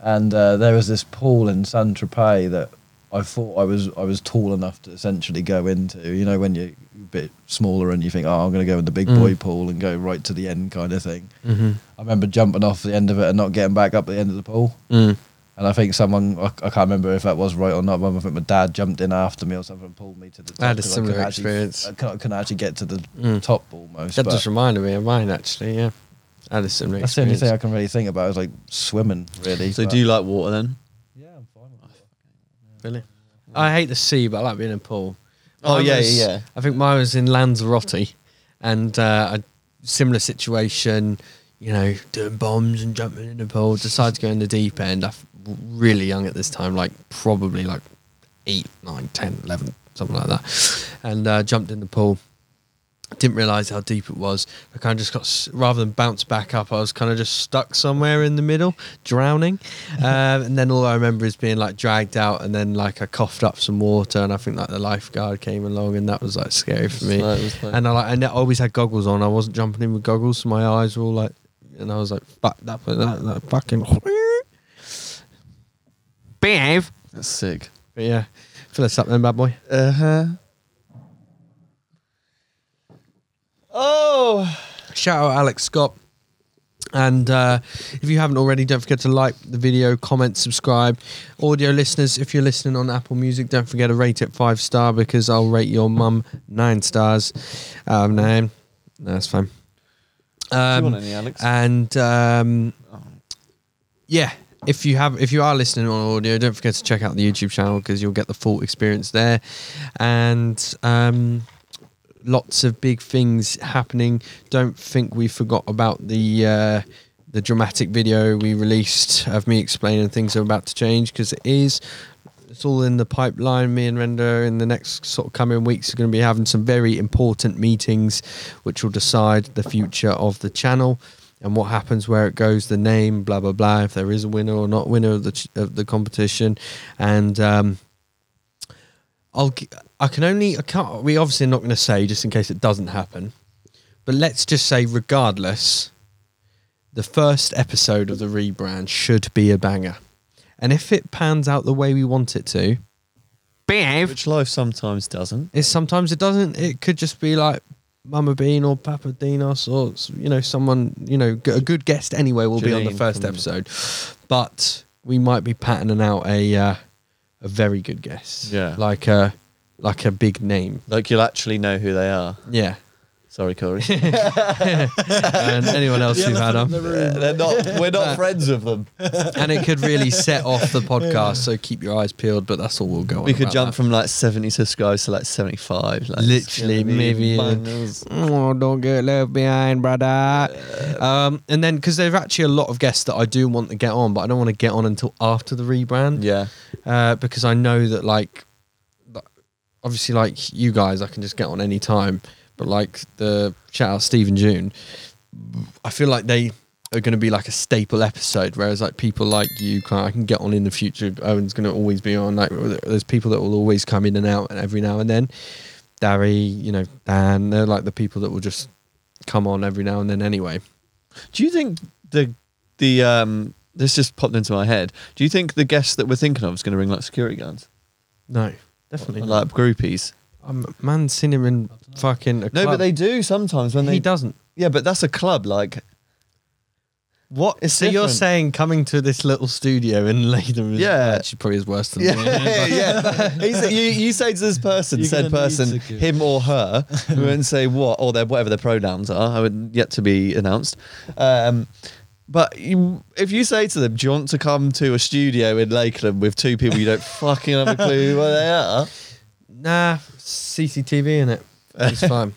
S3: and uh, there was this pool in Saint Tropez that I thought I was I was tall enough to essentially go into. You know, when you're a bit smaller and you think, oh, I'm going to go in the big
S1: Mm.
S3: boy pool and go right to the end kind of thing.
S1: Mhm.
S3: I remember jumping off the end of it and not getting back up the end of the pool.
S1: Mm.
S3: And I think someone, I, I can't remember if that was right or not, but I think my dad jumped in after me or something and pulled me to the top.
S1: I had a
S3: 'cause
S1: similar
S3: couldn't
S1: experience.
S3: Actually, I couldn't, couldn't actually get to the
S1: Mm.
S3: top almost.
S1: That
S3: but
S1: just reminded me of mine, actually. Yeah, I had a similar
S3: that's the only
S1: experience.
S3: thing I can really think about is like swimming, really.
S2: So
S3: but-
S2: do you like water then?
S3: Yeah, I'm fine with it.
S1: Really? I hate the sea, but I like being in a pool.
S2: Oh,
S1: Mine
S2: yeah,
S1: was-
S2: yeah, yeah.
S1: I think mine was in Lanzarote, and uh, a similar situation. You know, doing bombs and jumping in the pool. Decided to go in the deep end. I f- really young at this time, like probably like eight, nine, ten, eleven, something like that, and uh, jumped in the pool didn't realize how deep it was. I kind of just got, s- rather than bounce back up, I was kind of just stuck somewhere in the middle, drowning. Um, and then all I remember is being like dragged out, and then like I coughed up some water, and I think like the lifeguard came along, and that was like scary for me.
S2: It's like- it's like-
S1: And I like, and I always had goggles on. I wasn't jumping in with goggles, so my eyes were all like, and I was like, fuck that, that, that fucking. Behave.
S2: That's sick.
S1: But yeah, fill us up then, bad boy.
S2: Uh huh. Oh,
S1: shout out Alex Scott. And uh, if you haven't already, don't forget to like the video, comment, subscribe. Audio listeners, if you're listening on Apple Music, don't forget to rate it five star because I'll rate your mum nine stars out of nine. No, that's fine.
S2: do you
S1: Um,
S2: want any, Alex?
S1: and um, yeah, if you have, if you are listening on audio, don't forget to check out the YouTube channel because you'll get the full experience there. And um, lots of big things happening. Don't think we forgot about the uh, the dramatic video we released of me explaining things are about to change because it is. It's all in the pipeline. Me and Render in the next sort of coming weeks are going to be having some very important meetings, which will decide the future of the channel and what happens, where it goes, the name, blah blah blah. If there is a winner or not winner of the ch- of the competition, and um, I'll gi- I can only I can't. We obviously are not going to say just in case it doesn't happen, but let's just say regardless, the first episode of the rebrand should be a banger, and if it pans out the way we want it to, behave.
S2: Which life sometimes doesn't.
S1: It's sometimes it doesn't. It could just be like. Mama Bean or Papa Dinos or you know someone you know g- a good guest anyway will be on the
S2: Janine
S1: first
S2: from-
S1: episode, but we might be patterning out a uh, a very good guest,
S2: Yeah.
S1: like a like a big name,
S2: Like you'll actually know who they are.
S1: yeah.
S2: Sorry, Corey.
S1: and anyone else who've had them.
S2: They're not. We're not friends with them.
S1: And it could really set off the podcast, so keep your eyes peeled. But that's all we'll go on.
S2: We could
S1: about
S2: jump
S1: that.
S2: from like seventy subscribers to like seventy-five. Like,
S1: Literally, maybe, uh,
S2: Minus.
S1: Oh, don't get left behind, brother. Um, and then because there are actually a lot of guests that I do want to get on, but I don't want to get on until after the rebrand
S2: Yeah.
S1: uh, because I know that like, th- obviously, like you guys, I can just get on any time. But like the shout out Steve and June, I feel like they are going to be like a staple episode. Whereas like people like you, can I can get on in the future. Owen's going to always be on. Like there's people that will always come in and out, and every now and then, Darry, you know, Dan, they're like the people that will just come on every now and then. Anyway,
S2: Do you think the the um this just popped into my head. Do you think the guest that we're thinking of is going to bring like security guards,
S1: No, definitely.
S2: Or,
S1: not.
S2: like groupies?
S1: Um, man, seen him in fucking. A
S2: No,
S1: club.
S2: but they do sometimes when
S1: He
S2: they.
S1: doesn't.
S2: Yeah, but that's a club. Like,
S1: What?
S2: It's
S1: so you're
S2: different.
S1: saying coming to this little studio in Latham is
S2: Yeah.
S1: actually probably is worse than
S2: yeah,
S1: me.
S2: yeah. He's, you, you say to this person,
S3: You're
S2: said
S3: gonna need
S2: person,
S3: security.
S2: him or her, we wouldn't say what or their whatever their pronouns are. I would yet to be announced. Um, but you, if you say to them, "Do you want to come to a studio in Lakeland with two people you don't fucking have a clue where they are?"
S1: Nah, CCTV in it. It's fine.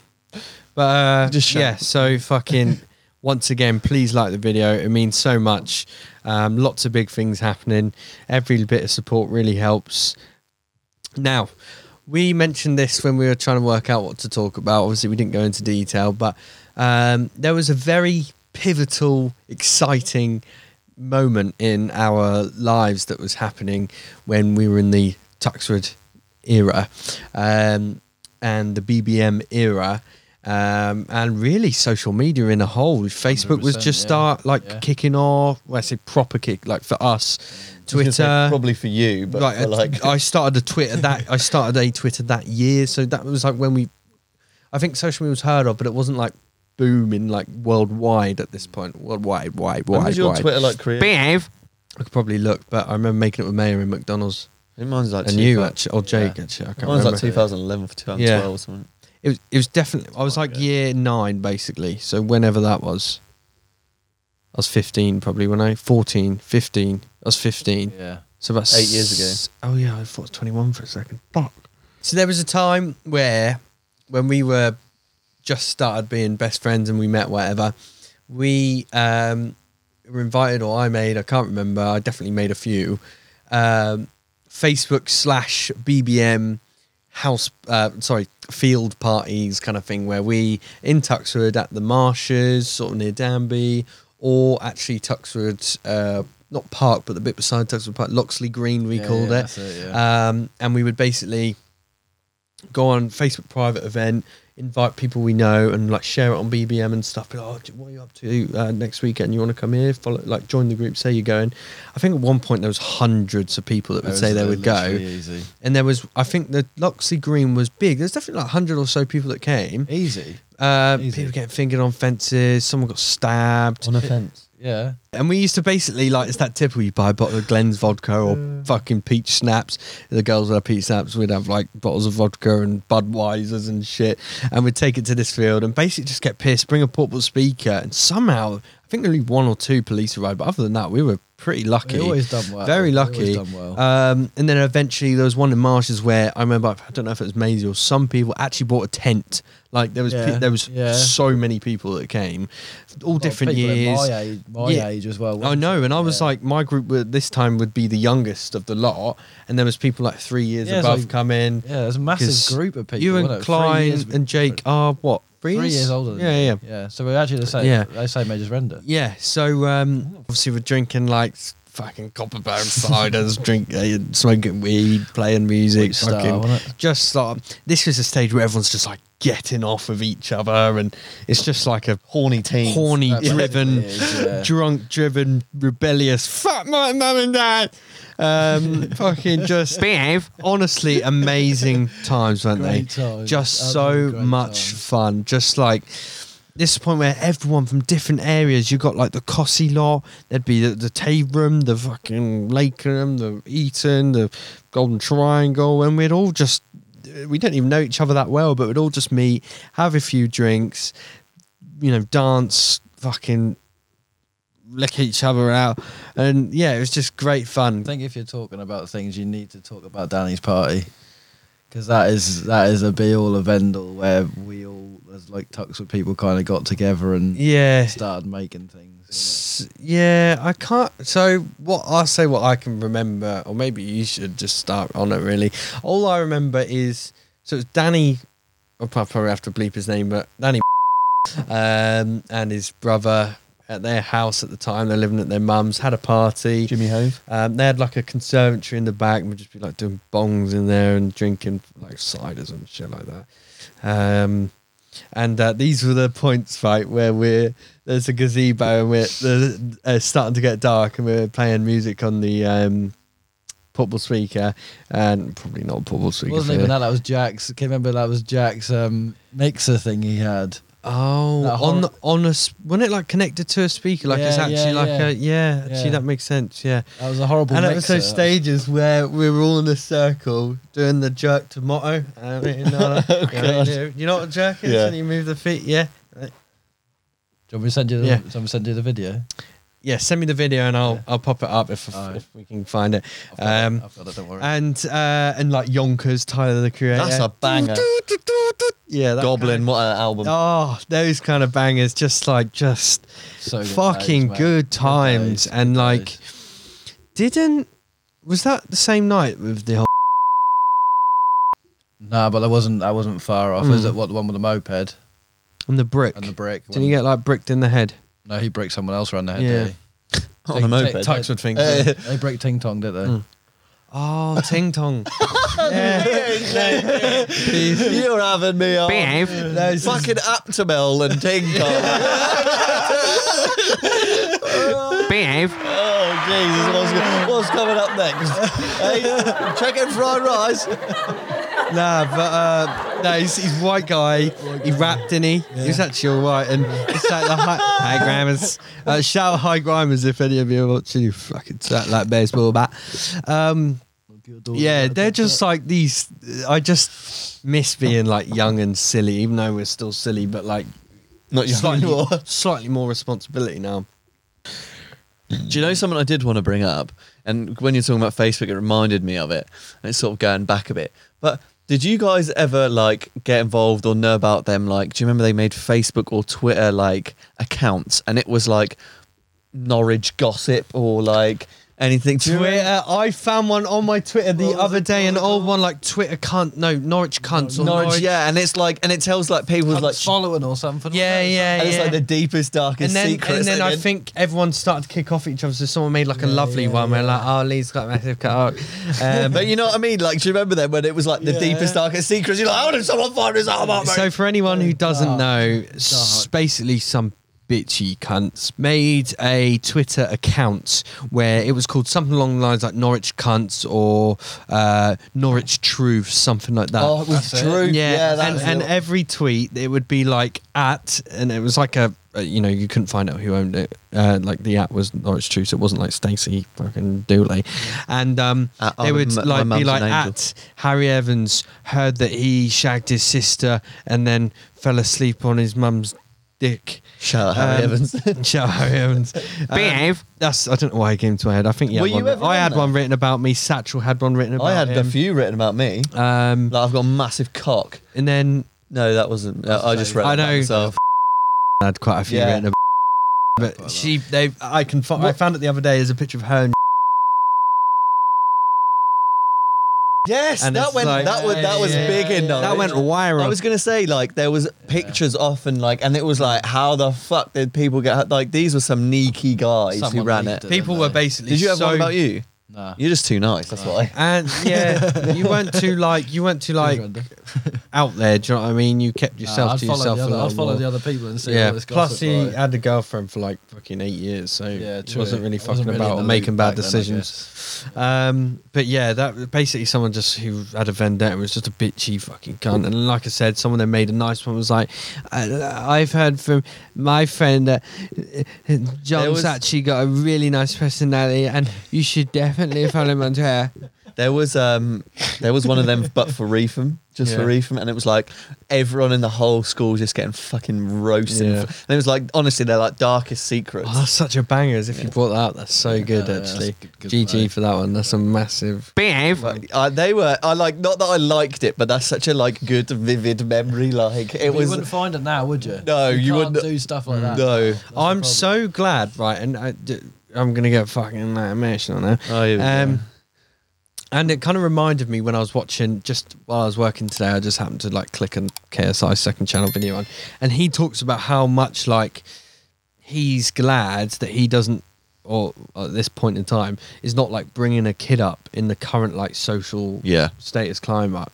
S1: But uh,
S2: Just shut
S1: yeah,
S2: up.
S1: so fucking once again, please like the video. It means so much. Um, lots of big things happening. Every bit of support really helps. Now, we mentioned this when we were trying to work out what to talk about. Obviously, we didn't go into detail, but um, there was a very pivotal, exciting moment in our lives that was happening when we were in the Tuxford era um, and the BBM era. Um, and really, social media in a whole. Facebook was
S3: 100%,
S1: just
S3: yeah.
S1: start like
S3: Yeah.
S1: kicking off. Well, I say proper kick, like for us,
S2: I was gonna say
S1: Twitter.
S2: probably for you, but
S1: Right, uh,
S2: for like
S1: I, I started a Twitter that I started a Twitter that year, so that was like when we, I think social media was heard of, but it wasn't like booming like worldwide at this point. Worldwide, wide,
S2: When
S1: wide,
S2: was your
S1: wide.
S2: Twitter like created?
S1: Behave. I could probably look, but I remember making it with Mayor in McDonald's
S2: I think Mine's like
S1: and you
S2: 2000
S1: actually, or Jake actually. I can't
S2: Mine's
S1: remember.
S2: like 2011 or 2012
S1: Yeah.
S2: or something.
S1: it was, it was definitely. I
S2: Oh,
S1: was
S3: quite
S1: like
S3: good.
S1: year nine basically. So whenever that was, I was fifteen probably when I 14, 15. I was fifteen.
S3: Yeah.
S1: So about
S2: Eight years
S1: s- Oh yeah, I thought it was twenty-one for a second. Fuck. So there was a time where, when we were just started being best friends and we met, whatever, we um, were invited or I made. I can't remember. I definitely made a few. Um, Facebook slash BBM house, uh, sorry, field parties kind of thing where we in Tuxford at the marshes, sort of near Danby, or actually Tuxford, uh, not park, but the bit beside Tuxford Park, Loxley Green, we
S3: Yeah,
S1: called
S3: yeah,
S1: it.
S3: that's it,
S1: Um, and we would basically go on Facebook private event, invite people we know, and like share it on BBM and stuff. Be like, oh, what are you up to uh, next weekend? You want to come here? Follow, like, join the group. Say you're going. I think at one point there was hundreds of people that would
S3: Those
S1: say they
S2: uh,
S3: are
S1: would go,
S3: literally Easy.
S1: and there was I think the Loxley Green was big. There's definitely like hundred or so people that came.
S3: Easy.
S1: Uh,
S3: Easy.
S1: people getting fingered on fences. Someone got stabbed.
S2: On a fence.
S3: Yeah.
S1: And we used to basically like it's that typical you buy a bottle of Glen's vodka or
S3: Mm.
S1: fucking peach snaps. The girls would have peach snaps. We'd have like bottles of vodka and Budweisers and shit. And we'd take it to this field and basically just get pissed, bring a portable speaker, and somehow I think only one or two police arrived. But other than that, we were pretty lucky.
S3: They always done well.
S1: Very
S3: They always
S1: lucky.
S3: done well.
S1: Um, and then eventually there was one in Marshes where I remember I don't know if it was Maisie or some people actually bought a tent. Like there was pe-
S3: Yeah,
S1: there was
S3: yeah.
S1: so many people that came, all
S3: Well,
S1: different
S3: people in
S1: years.
S3: My age, my
S1: Yeah.
S3: age as well.
S1: I
S3: weren't
S1: know,
S3: it?
S1: and I was
S3: Yeah.
S1: like, my group were, this time would be the youngest of the lot, and there was people like three years
S3: Yeah, it's
S1: above
S3: like-
S1: come in.
S3: yeah, there's a massive
S1: 'Cause
S3: group of people.
S1: you
S3: wasn't it?
S1: and
S3: Three
S1: Klein
S3: years-
S1: and Jake are what three,
S3: three years older. Than
S1: Yeah,
S3: me.
S1: yeah,
S3: yeah. So we're actually the same.
S1: Yeah.
S3: Yeah, the same age as Render.
S1: yeah. So um, obviously we're drinking like s- fucking copper bone ciders, drinking, smoking weed, playing music,
S3: Big star,
S1: fucking
S3: wasn't
S1: just like this was a stage where everyone's just like getting off of each other, and it's just like a
S2: Horny teens.
S1: horny,
S3: That
S1: driven,
S3: basically is, yeah.
S1: drunk, driven, rebellious. Fuck my mum and dad. Um, fucking just behave. Honestly, amazing times, weren't they?
S3: Great times.
S1: Just so
S3: Absolutely great
S1: much
S3: times.
S1: fun. Just like this is the point where everyone from different areas, you got like the Cossey lot, there'd be the, the Tabram, the fucking Lakenham, the Eton, the Golden Triangle, and we'd all just, we didn't even know each other that well, but we'd all just meet, have a few drinks, you know, dance, fucking lick each other out. And yeah, it was just great fun.
S3: I think if you're talking about things, you need to talk about Danny's party because that is that is a be all of end all where we all as like Tuxford people kind of got together and
S1: Yeah.
S3: started making things.
S1: S- Yeah, I can't. So what I say, what I can remember, or maybe you should just start on it. Really, all I remember is so it was Danny. I'll prob- probably have to bleep his name, but Danny um, and his brother at their house at the time. They're living at their mum's. Had a party.
S2: Jimmy Hove.
S1: Um, they had like a conservatory in the back, and we'd just be like doing bongs in there and drinking like ciders and shit like that. Um, And uh, these were the points, right, where we're there's a gazebo and we're the, uh, starting to get dark, and we're playing music on the um, portable speaker, and probably not a portable
S3: It
S1: speaker.
S3: wasn't
S1: for-
S3: even that. That was Jack's. Can you remember that was Jack's um, mixer thing he had?
S1: Oh,
S3: That
S1: on
S3: hor-
S1: on a s- wasn't it like connected to a speaker? Like it's
S3: Yeah,
S1: actually
S3: yeah,
S1: like
S3: yeah.
S1: a yeah. Actually,
S3: Yeah.
S1: that makes sense. Yeah.
S3: That was a horrible.
S1: and it was
S3: mixer.
S1: those stages where we were all in a circle doing the jerk to motto. Uh, you, know, you, know,
S2: Oh, God.
S1: you know what a jerk is?
S2: Yeah.
S1: And you move the feet. Yeah.
S3: Do you want me to send you? The,
S1: Yeah.
S3: do you want me to send you the video?
S1: Yeah. Send me the video and I'll
S3: Yeah.
S1: I'll pop it up if,
S3: Alright.
S1: if we can find it.
S3: I've got
S1: Um,
S3: it. I've got it. Don't worry.
S1: And uh, and like Yonkers, Tyler the Creator.
S2: That's a banger.
S1: Yeah. That
S2: Goblin,
S1: kind
S2: what an
S1: of-
S2: album.
S1: oh, those kind of bangers. Just like just.
S3: so good
S1: fucking
S3: days, mate.
S1: good
S3: days,
S1: times
S3: good
S1: and like
S3: days.
S1: didn't was that the same night with the whole
S3: Nah, but I wasn't. I wasn't far off.
S1: Mm.
S3: Is it what the one with the moped
S1: and the brick
S3: and the brick?
S1: didn't you get like bricked in the head
S3: No, he bricked someone else around the head.
S1: Yeah.
S3: didn't he?
S2: on a moped.
S3: Take- take-
S1: Tuxford thing
S2: Eh.
S3: Yeah, they break Ting Tong, did they?
S1: Mm. oh ting tong yeah. Please.
S2: You're having me on.
S1: Behave. Those-
S2: Fucking Aptamel and Ting Tong.
S1: behave
S2: oh, Jesus. What's, go- what's coming up next? hey, chicken fried rice.
S1: nah but uh no he's, he's white guy he rapped in he he was actually alright and it's like the high, high grammars uh, shout out high grammars if any of you are watching you fucking sat like baseball bat um Yeah, they're just like these. I just miss being like young and silly, even though we're still silly, but like
S2: Not young
S1: slightly,
S2: anymore.
S1: slightly more responsibility now.
S2: Do you know something I did want to bring up? And when you're talking about Facebook, it reminded me of it. And it's sort of going back a bit. But did you guys ever like get involved or know about them? Like, do you remember they made Facebook or Twitter like accounts and it was like Norwich gossip or like anything? Do you remember-
S1: Twitter, I found one on my Twitter the
S3: What was
S1: other
S3: it
S1: day, an
S3: called?
S1: old one like Twitter cunt, no Norwich cunts or
S2: Norwich,
S1: Norwich,
S2: yeah. And it's like, and it tells like people's like,
S3: like following or something.
S1: yeah, yeah,
S2: and it's
S1: yeah.
S2: like the deepest, darkest
S1: and then,
S2: secrets.
S1: and then
S2: they
S1: I
S2: did.
S1: think everyone started to kick off each other. So someone made like a
S3: Yeah,
S1: lovely
S3: yeah,
S1: one where
S3: yeah.
S1: like, oh, Lee's got a massive cut.
S2: Yeah,
S1: Um,
S2: but you know what I mean? Like, do you remember then when it was like the
S3: Yeah.
S2: deepest, darkest secrets? You're like, how did someone find this out about me?
S1: So for anyone who doesn't
S3: Dark.
S1: know, s- basically some bitchy cunts made a Twitter account where it was called something along the lines like Norwich cunts or uh, Norwich truth, something like that.
S2: oh, it was
S3: That's it.
S2: Drew.
S1: yeah,
S2: that
S1: and,
S2: was
S1: and
S2: it.
S1: every tweet it would be like at, and it was like a, uh, you know, you couldn't find out who owned it. Uh, like the at was Norwich Truth, so it wasn't like Stacey fucking Dooley, and um,
S2: At-
S1: they
S2: oh,
S1: would
S2: m- my
S1: like be
S2: mum's
S1: like
S2: an angel.
S1: at Harry Evans heard that he shagged his sister and then fell asleep on his mum's dick.
S2: Shout out Uh, Harry
S1: Um,
S2: Evans.
S1: Shout out Harry Evans. Behave. that's I don't know why it came to my head. I think you
S2: Were
S1: had one.
S2: you ever
S1: I
S2: on
S1: had
S2: there?
S1: one written about me. Satchel had one written about
S2: I had a
S1: him.
S2: few written about me.
S1: Um,
S2: Like I've got a massive cock.
S1: and then
S2: No, that wasn't. uh, I just read
S1: I
S2: it about
S1: know.
S2: myself.
S1: I had quite a few
S2: Yeah.
S1: written about. But she, they, I can find. I found it the other day as a picture of her. And
S2: Yes,
S1: And
S2: that
S1: it's
S2: went.
S1: like-
S2: that was that was
S3: Yeah,
S2: big in
S3: yeah,
S2: Norwich.
S1: that went wire
S2: I
S1: up.
S2: was gonna say like there was pictures often like, and it was like, how the fuck did people get like? These were some neaky guys who
S3: Someone
S2: ran
S3: leaked
S2: it.
S3: it.
S1: People were basically.
S2: Did you have
S1: so
S2: one about you?
S3: Nah.
S2: You're just too nice. That's why.
S1: And yeah, you weren't too like you weren't too like out there. Do you know what I mean? You kept yourself
S3: Nah, I'd
S1: to
S3: follow
S1: yourself
S3: the
S1: a
S3: other,
S1: lot
S3: I'd follow
S1: more.
S3: the other people and see
S1: yeah.
S3: what this
S1: Plus,
S3: gossip
S1: he
S3: like.
S1: had a girlfriend for like fucking eight years, so
S3: yeah,
S1: he
S3: true.
S1: wasn't really
S3: I
S1: fucking
S3: really
S1: about
S3: in the
S1: or
S3: loop
S1: making
S3: back
S1: bad
S3: then, I
S1: decisions.
S3: guess.
S1: Um, but yeah, that basically someone just who had a vendetta was just a bitchy fucking cunt. And like I said, someone that made a nice one was like, I, I've heard from my friend that uh,
S2: There
S1: John's
S2: was-
S1: actually got a really nice personality, and you should definitely follow him on Twitter.
S2: There was um there was one of them but for Reefham, just for
S1: Yeah.
S2: Reefham, and it was like everyone in the whole school was just getting fucking roasted.
S1: Yeah.
S2: And it was like honestly they're like darkest secrets.
S1: Oh, that's such a banger! As if you brought that up, that's so good.
S3: yeah, that's
S1: actually,
S3: good- good
S1: GG
S3: play.
S1: for that one. That's a massive behave.
S2: But, uh, they were I like not that I liked it, but that's such a like good vivid memory. Like it
S3: But you
S2: was
S3: wouldn't find it now, would you?
S2: No, you
S3: can't
S2: wouldn't-
S3: do stuff like that.
S2: no.
S3: the
S1: I'm
S3: problem.
S1: so glad, right? And I, am gonna get fucking like, emotional now.
S2: Oh, here we go.
S1: Um, and it kind of reminded me when I was watching, just while I was working today, I just happened to like click on KSI's second channel video on, and he talks about how much like he's glad that he doesn't, or at this point in time, is not like bringing a kid up in the current like social
S2: Yeah.
S1: status climate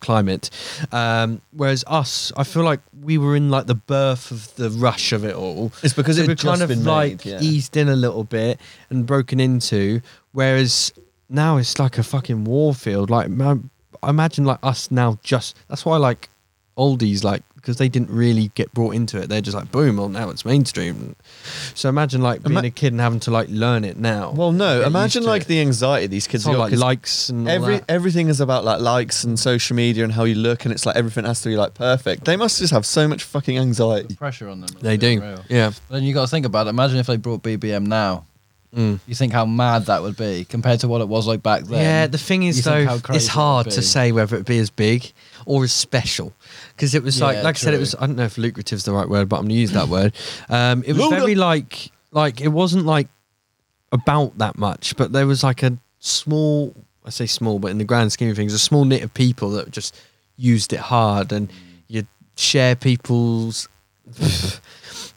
S1: climate. Um, whereas us, I feel like we were in like the birth of the rush of it all.
S2: It's because
S1: so
S2: it
S1: we're
S2: had
S1: kind
S2: just
S1: of
S2: been made,
S1: like
S2: yeah.
S1: eased in a little bit and broken into. Whereas now it's like a fucking warfield. Like ma- I imagine like us now just that's why I like oldies like because they didn't really get brought into it. They're just like boom, well now it's mainstream. So imagine like being
S2: Ima-
S1: a kid and having to like learn it now.
S2: Well, no.
S1: Get
S2: Imagine
S1: used to
S2: like
S1: it.
S2: the anxiety these kids
S1: It's all,
S2: got,
S1: like
S2: 'cause
S1: likes and all
S2: Every e-,
S1: that.
S2: everything is about like likes and social media and how you look, and it's like everything has to be like perfect. They must just have so much fucking
S3: The
S2: anxiety.
S3: pressure on them. is
S1: They do.
S3: unreal.
S1: Yeah.
S3: But then you got to think about it. Imagine if they brought BBM now.
S1: Mm.
S3: You think how mad that would be compared to what it was like back then.
S1: yeah, the thing
S3: you
S1: is
S3: think
S1: though,
S3: how crazy
S1: it's hard
S3: it'd
S1: to
S3: be.
S1: say whether it be as big or as special because it was like,
S3: Yeah,
S1: like I said, it
S3: true.
S1: was. I don't know if lucrative's the right word, but I'm gonna use that word. Um, it was
S2: Lucra-
S1: very like, like it wasn't like about that much, but there was like a small, I say small, but in the grand scheme of things, a small knit of people that just used it hard, and you'd share people's.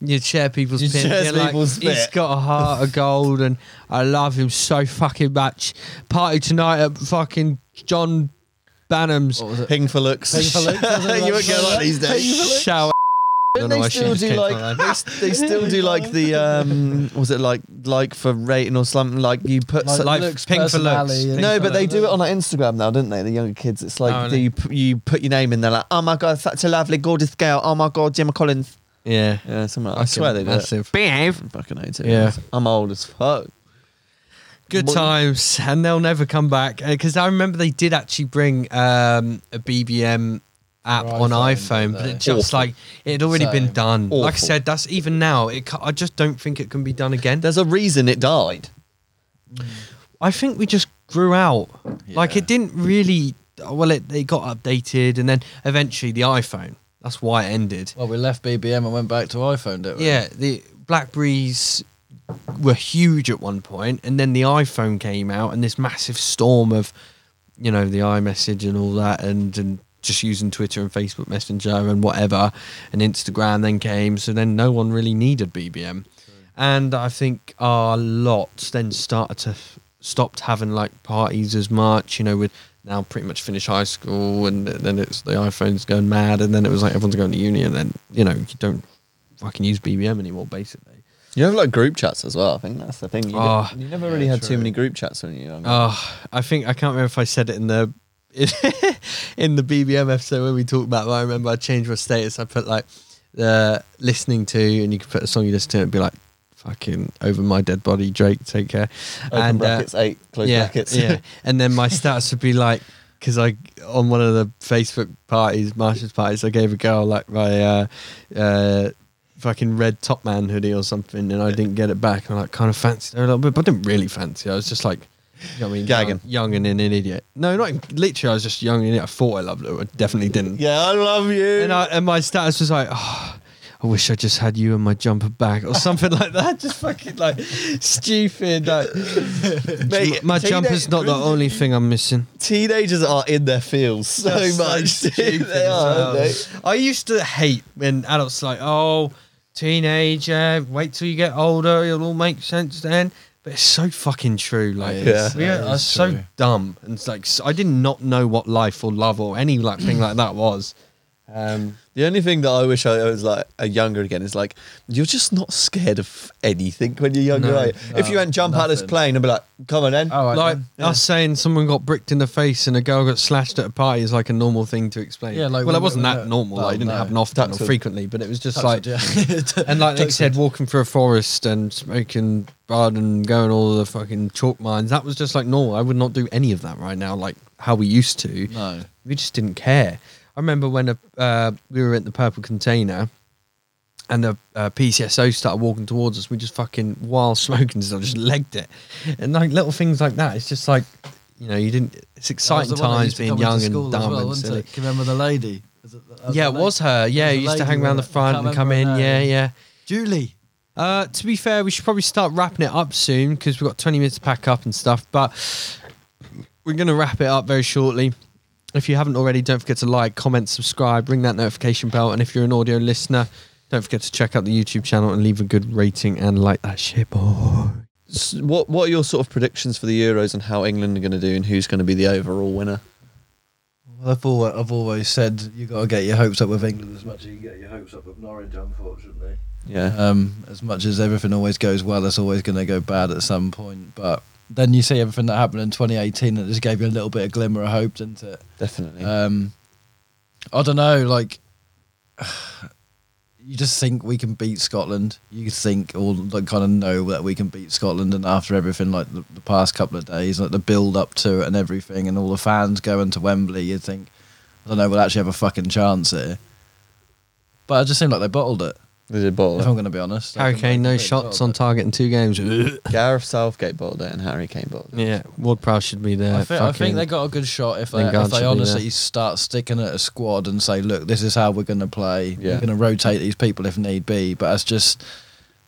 S1: You'd share people's
S2: You'd
S1: pin.
S2: share
S1: You're like,
S2: people's
S1: he's
S2: bit."
S1: got a heart of gold, and I love him so fucking much. Party tonight at fucking John Bannum's.
S3: What was it?
S2: Ping for looks.
S3: Ping for looks, was it?
S2: you won't get that these days.
S1: Shower.
S2: Don't they still do like they, s- they still do like the um was it like like for rating or something like you put so-
S1: like pink for looks.
S3: personality, and-
S2: no but they do it on like Instagram now don't they the younger kids it's like
S1: Oh,
S2: the,
S1: really?
S2: you, p- you put your name in they're like oh my god such a lovely gorgeous girl oh my god Gemma Collins
S1: Yeah.
S2: yeah something like, I swear they do it.
S1: massive. Behave.
S2: fucking hate it
S1: Yeah.
S2: I'm old as fuck
S1: Good
S2: Well-
S1: times, and they'll never come back. Because I remember they did actually bring um, a BBM app
S3: Or
S1: on
S3: iPhone,
S1: iPhone,
S3: didn't
S1: but
S3: they?
S1: it just
S2: Awful.
S1: like it had already been
S3: Same.
S1: done. Like I
S2: Awful.
S1: said, that's even now. It, ca- I just don't think it can be done again.
S2: there's a reason it died
S1: I think we just grew out. Like
S3: Yeah.
S1: it didn't really. Well, it they got updated, and then eventually the iPhone. That's why it ended.
S3: Well, we left BBM and went back to iPhone, didn't we?
S1: Yeah, the Blackberries were huge at one point, and then the iPhone came out, and this massive storm of, you know, the iMessage and all that, and and just using Twitter and Facebook Messenger and whatever, and Instagram then came. So then no one really needed BBM, and I think our lot then started to stopped having like parties as much. You know, with now pretty much finished high school, and then it's the iPhones going mad, and then it was like everyone's going to uni, and then you know you don't fucking use BBM anymore, basically.
S2: you have like group chats as well I think that's the thing you,
S1: Oh.
S2: you never really had
S3: true.
S2: too many group chats when you were younger
S1: Oh, I think I can't remember if I said it in the in the BBM episode when we talked about. But I remember I changed my status. I put like uh, listening to, and you could put a song you listen to, and it'd be like fucking over my dead body, Drake, take care.
S2: open
S1: and, uh,
S2: brackets eight close
S1: yeah,
S2: brackets
S1: yeah. And then my status would be like, because I on one of the Facebook parties, Marsha's parties, I gave a girl like my uh, uh, fucking red top man hoodie or something, and I didn't get it back. And I like kind of fancied her a little bit, but I didn't really fancy. her. I was just like. You know what I mean,
S2: Gagging.
S1: young, young and an idiot. No, not even- literally. I was just young and an idiot. I thought I loved her. I definitely didn't.
S2: yeah I love you
S1: And, I, and my status was like, oh, I wish I just had you in my jumper bag or something like that. Just fucking like stupid. Like,
S2: Mate,
S1: my
S2: teenage-
S1: jumper's not the only thing I'm missing.
S2: teenagers are in their fields so
S1: That's so
S2: much. dude. they are, aren't they?
S1: I used to hate when adults are like, oh, teenager, wait till you get older, it'll all make sense then. But it's so fucking true. Like,
S3: It is,
S1: we
S3: it
S1: are
S3: is
S1: so
S3: true.
S1: dumb, and it's like so, I did not know what life or love or any like thing like that was. Um,
S2: The only thing that I wish I was like a younger again is like you're just not scared of anything when you're younger.
S1: No, Oh,
S2: are you? if you
S3: no,
S2: hadn't jump out this
S3: nothing.
S2: plane and be like, "Come on, then."
S3: All right.
S1: like
S3: then.
S1: us saying someone got bricked in the face and a girl got slashed at a party is like a normal thing to explain.
S3: Yeah, like
S1: well,
S3: we-
S1: it wasn't
S3: we-
S1: that normal.
S3: no,
S1: like, it didn't
S3: no.
S1: happen often
S2: Touch
S1: or
S2: wood.
S1: frequently, but it was just like,
S3: Touch wood, yeah.
S1: and like Nick
S3: Touch
S1: said,
S3: wood.
S1: walking through a forest and smoking bud and going all the fucking chalk mines. That was just like normal. I would not do any of that right now, like how we used to.
S3: no.
S1: We just didn't care. I remember when a, uh, we were at the Purple Container and the uh, PCSO started walking towards us. We just fucking, while smoking stuff, just legged it. And like little things like that. It's just like, you know, you didn't, it's
S3: That was
S1: exciting
S3: the one that
S1: times
S3: used to
S1: being
S3: come into
S1: young and
S3: school
S1: dumb
S3: as well,
S1: and
S3: wasn't it?
S1: silly.
S3: Can you remember the lady? Was it- that
S1: Yeah,
S3: the
S1: it
S3: lady?
S1: was her. Yeah,
S3: There was a
S1: used to
S3: lady,
S1: hang around the
S3: wasn't it?
S1: front
S3: Can't
S1: and come in.
S3: remember her
S1: Yeah,
S3: name.
S1: yeah.
S3: Julie.
S1: Uh, to be fair, we should probably start wrapping it up soon because we've got 20 minutes to pack up and stuff. But we're going to wrap it up very shortly. If you haven't already, don't forget to like, comment, subscribe, ring that notification bell. And if you're an audio listener, don't forget to check out the YouTube channel and leave a good rating and like that shit, boy.
S2: S- What What are your sort of predictions for the Euros and how England are going to do and who's going to be the overall winner?
S3: I've always, I've always said you got to get your hopes up with England as much as you can get your hopes up with Norwich, unfortunately.
S2: Yeah.
S1: Uh,
S3: Um, as much as everything always goes well, it's always going to go bad at some point. But then you see everything that happened in 2018 that just gave you a little bit of glimmer of hope, didn't it?
S2: Definitely.
S1: uh,
S3: Um, I don't know. Like, you just think we can beat Scotland. You think or like kind of know that we can beat Scotland, and after everything like the, the past couple of days, like the build up to it and everything, and all the fans going to Wembley, you think, I don't know, we'll actually have a fucking chance here. But it just seemed like they bottled it.
S2: There's a bottle.
S3: If I'm going to be honest,
S1: Harry Kane, no shots on target in two games.
S2: Gareth Southgate bottled it and Harry Kane bottled it.
S1: yeah, Ward Prowse should be there.
S3: I think, I think
S1: Uh, fucking-
S3: they got a good shot if they,
S1: Lingard
S3: if
S1: should
S3: they
S1: be
S3: honestly
S1: there.
S3: start sticking at a squad and say, look, this is how we're going to play.
S2: Yeah.
S3: We're going to rotate these people if need be. But it's just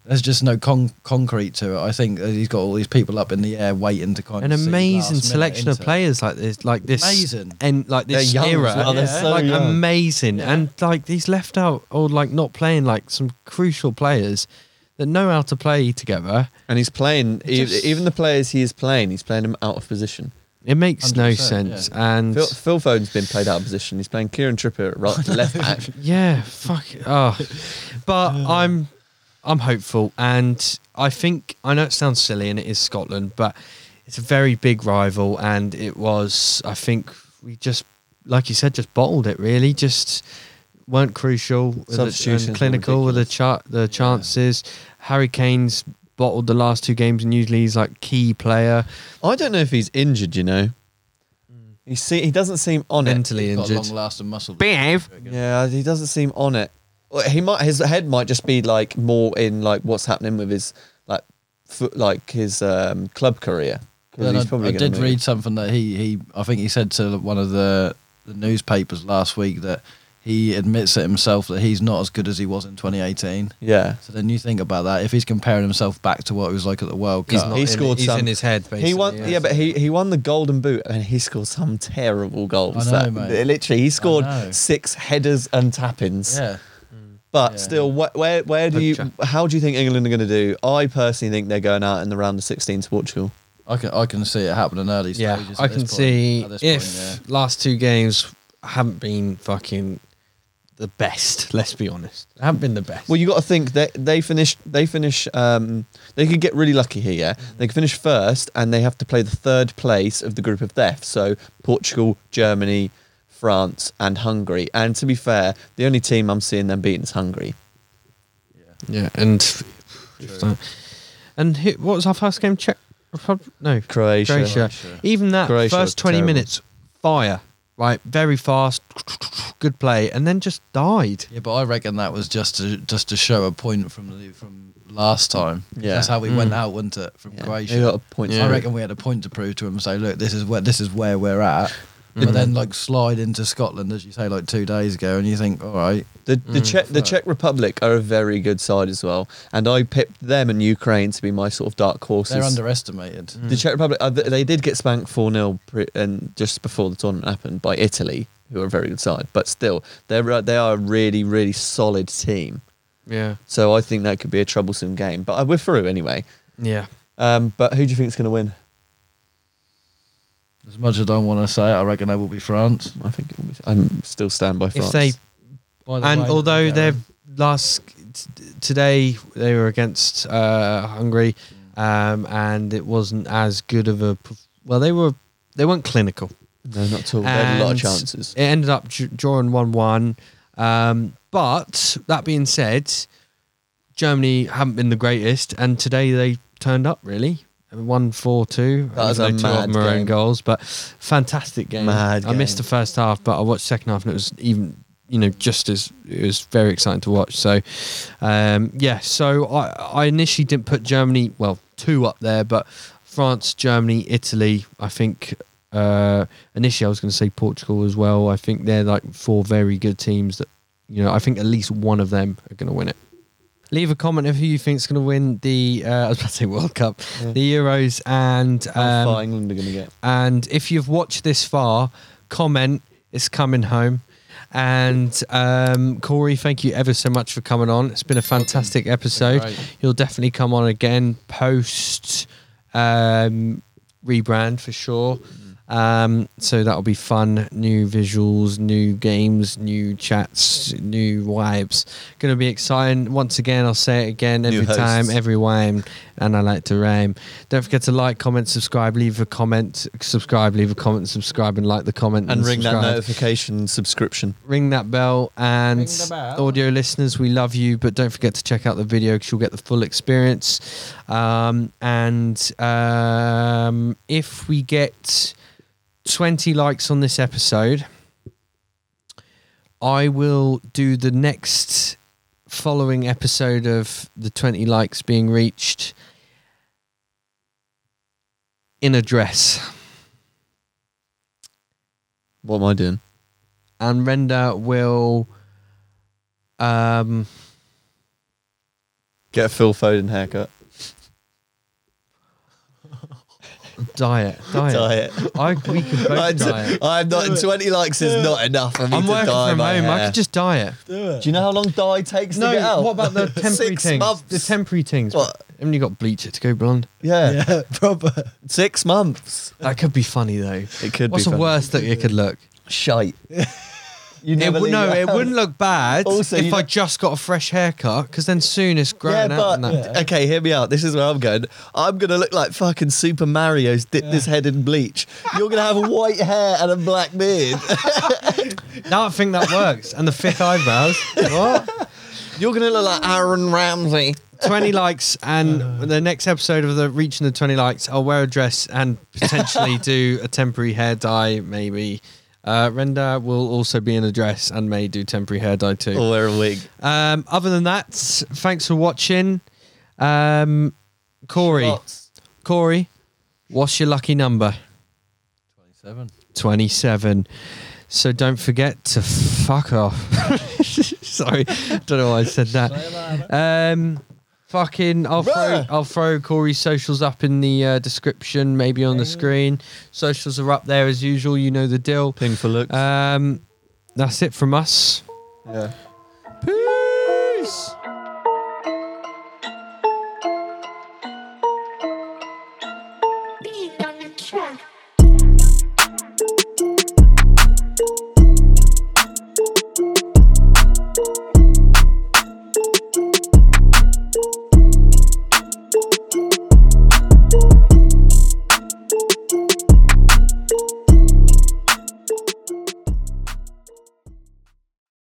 S3: there's just no con- concrete to it. I think that he's got all these people up in the air waiting to kind
S1: an
S3: of see
S1: amazing
S3: last minute
S1: selection of
S3: into it.
S1: players like this, like this,
S3: Amazing.
S1: and like this
S2: They're young as
S1: era.
S2: well,
S3: they're so
S1: like
S2: young.
S1: amazing,
S3: Yeah.
S1: and like these left out or like not playing like some crucial players that know how to play together.
S2: And he's playing, e
S1: Just-
S2: even the players he is playing, he's playing them out of position.
S1: It makes no
S3: 100%,
S1: sense, and
S2: Phil, Phil Foden's been played out of position. He's playing Kieran Trippier at right, left back.
S1: yeah, fuck. Oh. But I'm I'm hopeful, and I think I know it sounds silly, and it is Scotland, but it's a very big rival, and it was. I think we just, like you said, just bottled it. Really, just weren't crucial, with the-
S2: Substitutions
S1: and
S2: were
S1: clinical with the
S2: ridiculous.
S1: chart, the chances. Harry Kane's bottled the last two games, and usually he's like key player,
S2: I don't know if he's injured, you know. He, see, he doesn't seem on it.
S1: mentally
S3: Got
S1: injured.
S3: long-lasting muscle.
S1: Behave.
S2: Yeah, he doesn't seem on it. Well, He might his head might just be like more in like what's happening with his like foot like his um, club career. 'Cause
S3: Then
S2: he's
S3: I, I
S2: gonna
S3: did
S2: move.
S3: read something that he, he I think he said to one of the, the newspapers last week that he admits it himself that he's not as good as he was in 2018.
S2: Yeah,
S3: So then you think about that. If he's comparing himself back to what he was like at the World Cup,
S2: not- He scored
S1: he's
S2: some.
S1: in his head. Basically,
S2: he won. Yeah, but he, he won the Golden Boot and he scored some terrible goals.
S3: I know, mate.
S2: Literally, he scored
S3: know.
S2: six headers and tappins.
S3: yeah,
S2: But
S3: Yeah.
S2: still, wh- where where do you
S1: Gotcha.
S2: how do you think England are going to do? I personally think they're going out in the round of 16 to Portugal.
S3: I can I can see it happening early.
S1: Yeah,
S3: stages at
S1: I
S3: this
S1: can
S3: point-
S1: see
S3: at this
S1: if
S3: point,
S1: last two games haven't been fucking the best. Let's be honest, They haven't been the best.
S2: Well, you got to think that they finish. They finish. Um, they could get really lucky here. Yeah, they could finish first, and they have to play the third place of the group of death. So Portugal, Germany, France, and Hungary. And to be fair, the only team I'm seeing them beating is Hungary.
S1: yeah, and and who, what was our first game? Czech Republic? No,
S2: Croatia.
S1: Croatia.
S3: Croatia.
S1: Even that
S2: Croatia was
S1: first twenty
S2: terrible.
S1: minutes, fire, right? Very fast, good play, and then just died.
S3: yeah. yeah, but I reckon that was just to just to show a point from the from last time.
S2: Yeah.
S3: that's how we went
S1: Mm.
S3: out, wasn't it? From
S2: Yeah,
S3: Croatia,
S2: They got a point.
S1: Yeah.
S3: I
S2: to-
S3: reckon we had a point to prove to him. Say, look, this is where this is where we're at.
S1: Mm.
S3: But then, like, slide into Scotland as you say, like two days ago, and you think, all right,
S2: The, the Czech the Czech Republic are a very good side as well, and I picked them and Ukraine to be my sort of dark horses.
S3: they're underestimated.
S1: Hmm. Mm.
S2: The Czech Republic, uh, th- they did get spanked 4 0 and just before the tournament happened by Italy, who are a very good side. But still, they're, uh, they are a really, really solid team.
S1: Yeah,
S2: So I think that could be a troublesome game. But uh, we're through anyway.
S1: yeah.
S2: Um, but who do you think is going to win?
S3: As much as I don't want to say it, I reckon they will be France.
S2: I think it will be, I'm still stand by France.
S1: If they and although they're last t- today they were against uh, Hungary, um, and it wasn't as good of a. perf- Well, they were they weren't clinical.
S2: no, not at all. They had a lot of
S1: And
S2: chances.
S1: It ended up d- drawing one-one. Um, but that being said, Germany haven't been the greatest, and today they turned up really. One four two.
S2: That was a
S1: two of
S2: mad
S1: them were own
S2: game.
S1: goals, but fantastic game.
S2: Mad
S1: I missed the
S2: game.
S1: first half, but I watched second half, and it was even you know just as it was very exciting to watch. So um, yeah, so I I initially didn't put Germany well two up there, but France, Germany, Italy. I think uh, initially I was going to say Portugal as well. I think they're like four very good teams that you know. I think at least one of them are going to win it. Leave a comment of who you think's going to win the uh, I was about to say World Cup, the Euros, and
S2: How far
S1: um,
S2: England are going to get?
S1: and if you've watched this far, comment it's coming home. And um, Corey, thank you ever so much for coming on. It's been a fantastic episode.
S3: great.
S1: You'll definitely come on again post um, rebrand for sure. Um, so that'll be fun. New visuals, new games, new chats, new vibes. Going to be exciting. Once again, I'll say it again
S2: New
S1: every time,
S2: hosts.
S1: every rhyme, and I like to rhyme. Don't forget to like, comment, subscribe, leave a comment, subscribe, leave a comment, subscribe, and like the comment,
S2: and ring that
S1: subscribe
S2: notification subscription.
S1: ring that bell and
S3: Ring the bell.
S1: audio listeners we love you but don't forget to check out the video because you'll get the full experience um, and um, if we get 20 likes on this episode i will do the next following episode of the 20 likes being reached in a dress
S2: What am I doing?
S1: and render will um
S2: Get a Phil Foden haircut.
S1: diet diet,
S2: Diet.
S1: I, we could both
S2: I'm,
S1: diet
S2: I'm not. Twenty likes is not enough. I need
S1: I'm
S2: to
S1: working
S2: dye
S1: from
S2: my
S1: home I
S2: hair.
S1: could just diet
S2: Do you know how long dye takes to
S1: no
S2: get out?
S1: what about the temporary
S2: Six
S1: things
S2: months.
S1: the temporary things
S2: What?
S1: and you got bleach it to go blonde
S2: yeah.
S3: yeah, proper.
S2: six months.
S1: that could be funny though
S2: It could
S1: what's
S2: be
S1: the
S2: fun.
S1: worst that it could look
S2: shite. You
S1: it,
S2: never
S1: w-
S2: leave
S1: no
S2: your
S1: it
S2: house.
S1: wouldn't look bad
S2: Also,
S1: if
S2: you
S1: I
S2: know-
S1: just got a fresh haircut because then soon it's growing
S2: Yeah,
S1: out
S2: but
S1: and that.
S2: okay, hear me out. This is where I'm going. I'm gonna look like fucking Super Mario's dipped his head in bleach. You're gonna have white hair and a black beard.
S1: now I think that works and the thick eyebrows what
S2: You're gonna look like Aaron Ramsey.
S1: 20 likes and the next episode of the reaching the 20 likes i'll wear a dress and potentially do a temporary hair dye maybe uh, renda will also be in a dress and may do temporary hair dye too
S2: Or wear a wig.
S1: um, other than that thanks for watching um, corey corey what's your lucky number
S3: Twenty-seven.
S1: 27 so don't forget to fuck off sorry don't know why i said that um, fucking, I'll throw,
S2: Bruh.
S1: I'll throw Corey's socials up in the uh, description, maybe on the screen. Socials are up there as usual. You know the deal.
S2: Ping for looks.
S1: Um, that's it from us.
S2: yeah.
S1: Peace.